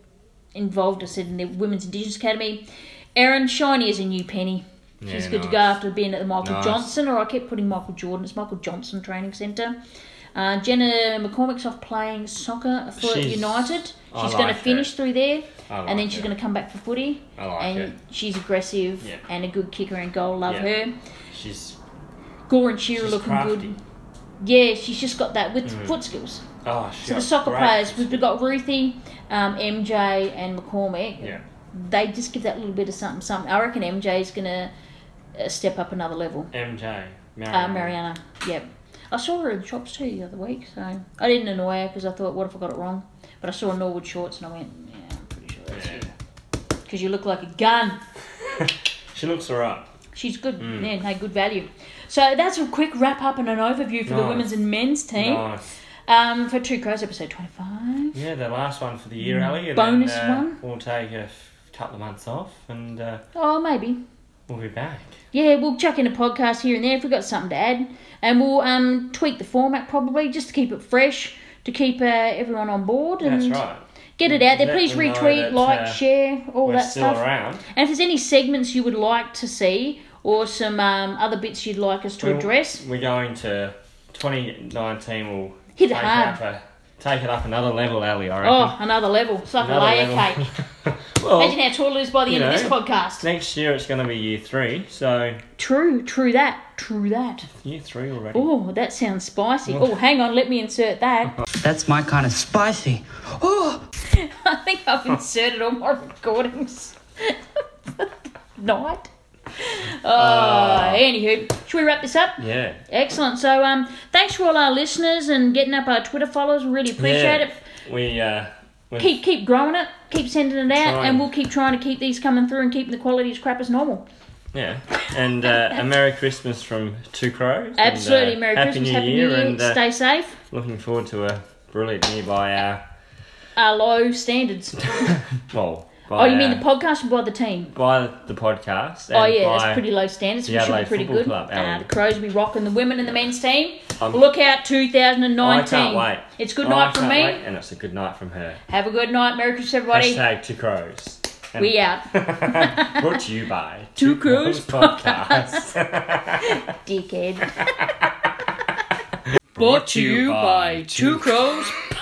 [SPEAKER 1] involved, I said, in the Women's Indigenous Academy. Erin Shiny is a new penny. She's
[SPEAKER 2] Yeah,
[SPEAKER 1] good to go
[SPEAKER 2] nice.
[SPEAKER 1] after being at the Michael
[SPEAKER 2] Nice.
[SPEAKER 1] Johnson, or I kept putting Michael Jordan. It's Michael Johnson Training Centre. Uh, Jenna McCormick's off playing soccer for
[SPEAKER 2] She's-
[SPEAKER 1] United. She's
[SPEAKER 2] I
[SPEAKER 1] going to
[SPEAKER 2] like her.
[SPEAKER 1] finish through there,
[SPEAKER 2] I
[SPEAKER 1] and then
[SPEAKER 2] like
[SPEAKER 1] she's
[SPEAKER 2] her.
[SPEAKER 1] going to come back for footy.
[SPEAKER 2] I like
[SPEAKER 1] and
[SPEAKER 2] her.
[SPEAKER 1] she's aggressive
[SPEAKER 2] Yeah.
[SPEAKER 1] and a good kicker and goal. Love
[SPEAKER 2] Yeah.
[SPEAKER 1] her.
[SPEAKER 2] She's,
[SPEAKER 1] Gore and Shearer
[SPEAKER 2] she's
[SPEAKER 1] looking
[SPEAKER 2] crafty. Mm.
[SPEAKER 1] good. Yeah, she's just got that with foot skills.
[SPEAKER 2] Oh, shit.
[SPEAKER 1] So the soccer players, we've got Ruthie, um, MJ, and McCormick.
[SPEAKER 2] Yeah.
[SPEAKER 1] They just give that little bit of something. Something. I reckon MJ's gonna uh, step up another level.
[SPEAKER 2] MJ. Mariana.
[SPEAKER 1] Uh, Mariana. Yep. I saw her in the shops too the other week, so I didn't annoy her because I thought, what if I got it wrong? But I saw Norwood shorts and I went, yeah, I'm pretty sure that's you.
[SPEAKER 2] Yeah.
[SPEAKER 1] 'Cause Because you look like a gun.
[SPEAKER 2] She looks alright.
[SPEAKER 1] She's good.
[SPEAKER 2] Mm.
[SPEAKER 1] Yeah, no, good value. So that's a quick wrap up and an overview for the
[SPEAKER 2] Nice.
[SPEAKER 1] women's and men's team
[SPEAKER 2] Nice.
[SPEAKER 1] um, for Two Crows episode 25.
[SPEAKER 2] Yeah, the last one for the year, Ali. And
[SPEAKER 1] Mm. Bonus
[SPEAKER 2] then, uh,
[SPEAKER 1] one?
[SPEAKER 2] We'll take a f- couple of months off and uh,
[SPEAKER 1] Oh, maybe.
[SPEAKER 2] we'll be back.
[SPEAKER 1] Yeah, we'll chuck in a podcast here and there if we've got something to add. And we'll um, tweak the format probably just to keep it fresh, to keep uh, everyone on board. And
[SPEAKER 2] That's right.
[SPEAKER 1] Get it out there.
[SPEAKER 2] Let
[SPEAKER 1] Please
[SPEAKER 2] them know
[SPEAKER 1] retweet,
[SPEAKER 2] that,
[SPEAKER 1] like,
[SPEAKER 2] uh,
[SPEAKER 1] share, all
[SPEAKER 2] We're
[SPEAKER 1] that
[SPEAKER 2] still
[SPEAKER 1] stuff.
[SPEAKER 2] around.
[SPEAKER 1] And if there's any segments you would like to see or some um, other bits you'd like us to
[SPEAKER 2] We'll-
[SPEAKER 1] address,
[SPEAKER 2] We're going to 2019. We'll
[SPEAKER 1] Hit it
[SPEAKER 2] take
[SPEAKER 1] hard.
[SPEAKER 2] Up a, take it up another level, Ali. I reckon.
[SPEAKER 1] oh, another level. It's like
[SPEAKER 2] another
[SPEAKER 1] a layer cake.
[SPEAKER 2] cake. <laughs> well,
[SPEAKER 1] Imagine how tall it is by the
[SPEAKER 2] you
[SPEAKER 1] end of
[SPEAKER 2] know.
[SPEAKER 1] this podcast.
[SPEAKER 2] next year it's going to be year three. So
[SPEAKER 1] True, true that, true that.
[SPEAKER 2] year three already.
[SPEAKER 1] Oh, that sounds spicy. Oh, hang on, let me insert
[SPEAKER 2] <laughs>
[SPEAKER 1] that.
[SPEAKER 7] That's my kind of spicy. Oh!
[SPEAKER 1] <laughs> I think I've inserted all my recordings. <laughs> Night. Oh, anywho, should we wrap this up?
[SPEAKER 2] Ah. Yeah.
[SPEAKER 1] Excellent. So, um, thanks for all our listeners and getting up our Twitter followers. We really appreciate
[SPEAKER 2] yeah.
[SPEAKER 1] it.
[SPEAKER 2] We uh, we
[SPEAKER 1] keep keep growing it, keep sending it out,
[SPEAKER 2] Trying.
[SPEAKER 1] and we'll keep trying to keep these coming through and keeping the quality as crap as normal.
[SPEAKER 2] yeah. And uh, a merry Christmas from Two Crows.
[SPEAKER 1] Absolutely.
[SPEAKER 2] and, uh,
[SPEAKER 1] Merry
[SPEAKER 2] happy
[SPEAKER 1] Christmas,
[SPEAKER 2] New
[SPEAKER 1] Happy
[SPEAKER 2] Year,
[SPEAKER 1] New Year.
[SPEAKER 2] and uh,
[SPEAKER 1] Stay safe.
[SPEAKER 2] looking forward to a brilliant year by uh, our
[SPEAKER 1] Our uh, low standards.
[SPEAKER 2] <laughs> well. By
[SPEAKER 1] oh, you mean
[SPEAKER 2] our-
[SPEAKER 1] the podcast or by the team?
[SPEAKER 2] by the podcast?
[SPEAKER 1] Oh
[SPEAKER 2] and
[SPEAKER 1] yeah,
[SPEAKER 2] by-
[SPEAKER 1] that's pretty low standards.
[SPEAKER 2] the
[SPEAKER 1] We should be
[SPEAKER 2] Adelaide
[SPEAKER 1] pretty
[SPEAKER 2] Football
[SPEAKER 1] good.
[SPEAKER 2] Club,
[SPEAKER 1] Uh,
[SPEAKER 2] Alan.
[SPEAKER 1] the Crows will be rocking the women and the men's team.
[SPEAKER 2] I'm-
[SPEAKER 1] Look out, 2019.
[SPEAKER 2] I can't wait.
[SPEAKER 1] It's good
[SPEAKER 2] I
[SPEAKER 1] night from
[SPEAKER 2] can't
[SPEAKER 1] me.
[SPEAKER 2] wait, and it's a good night from her.
[SPEAKER 1] Have a good night, Merry Christmas, everybody.
[SPEAKER 2] Hashtag two crows. And
[SPEAKER 1] We out.
[SPEAKER 2] <laughs> Brought to you by
[SPEAKER 1] Two Crows <laughs>
[SPEAKER 2] Podcast. <laughs>
[SPEAKER 1] Dickhead.
[SPEAKER 2] Brought to you by
[SPEAKER 1] Two Crows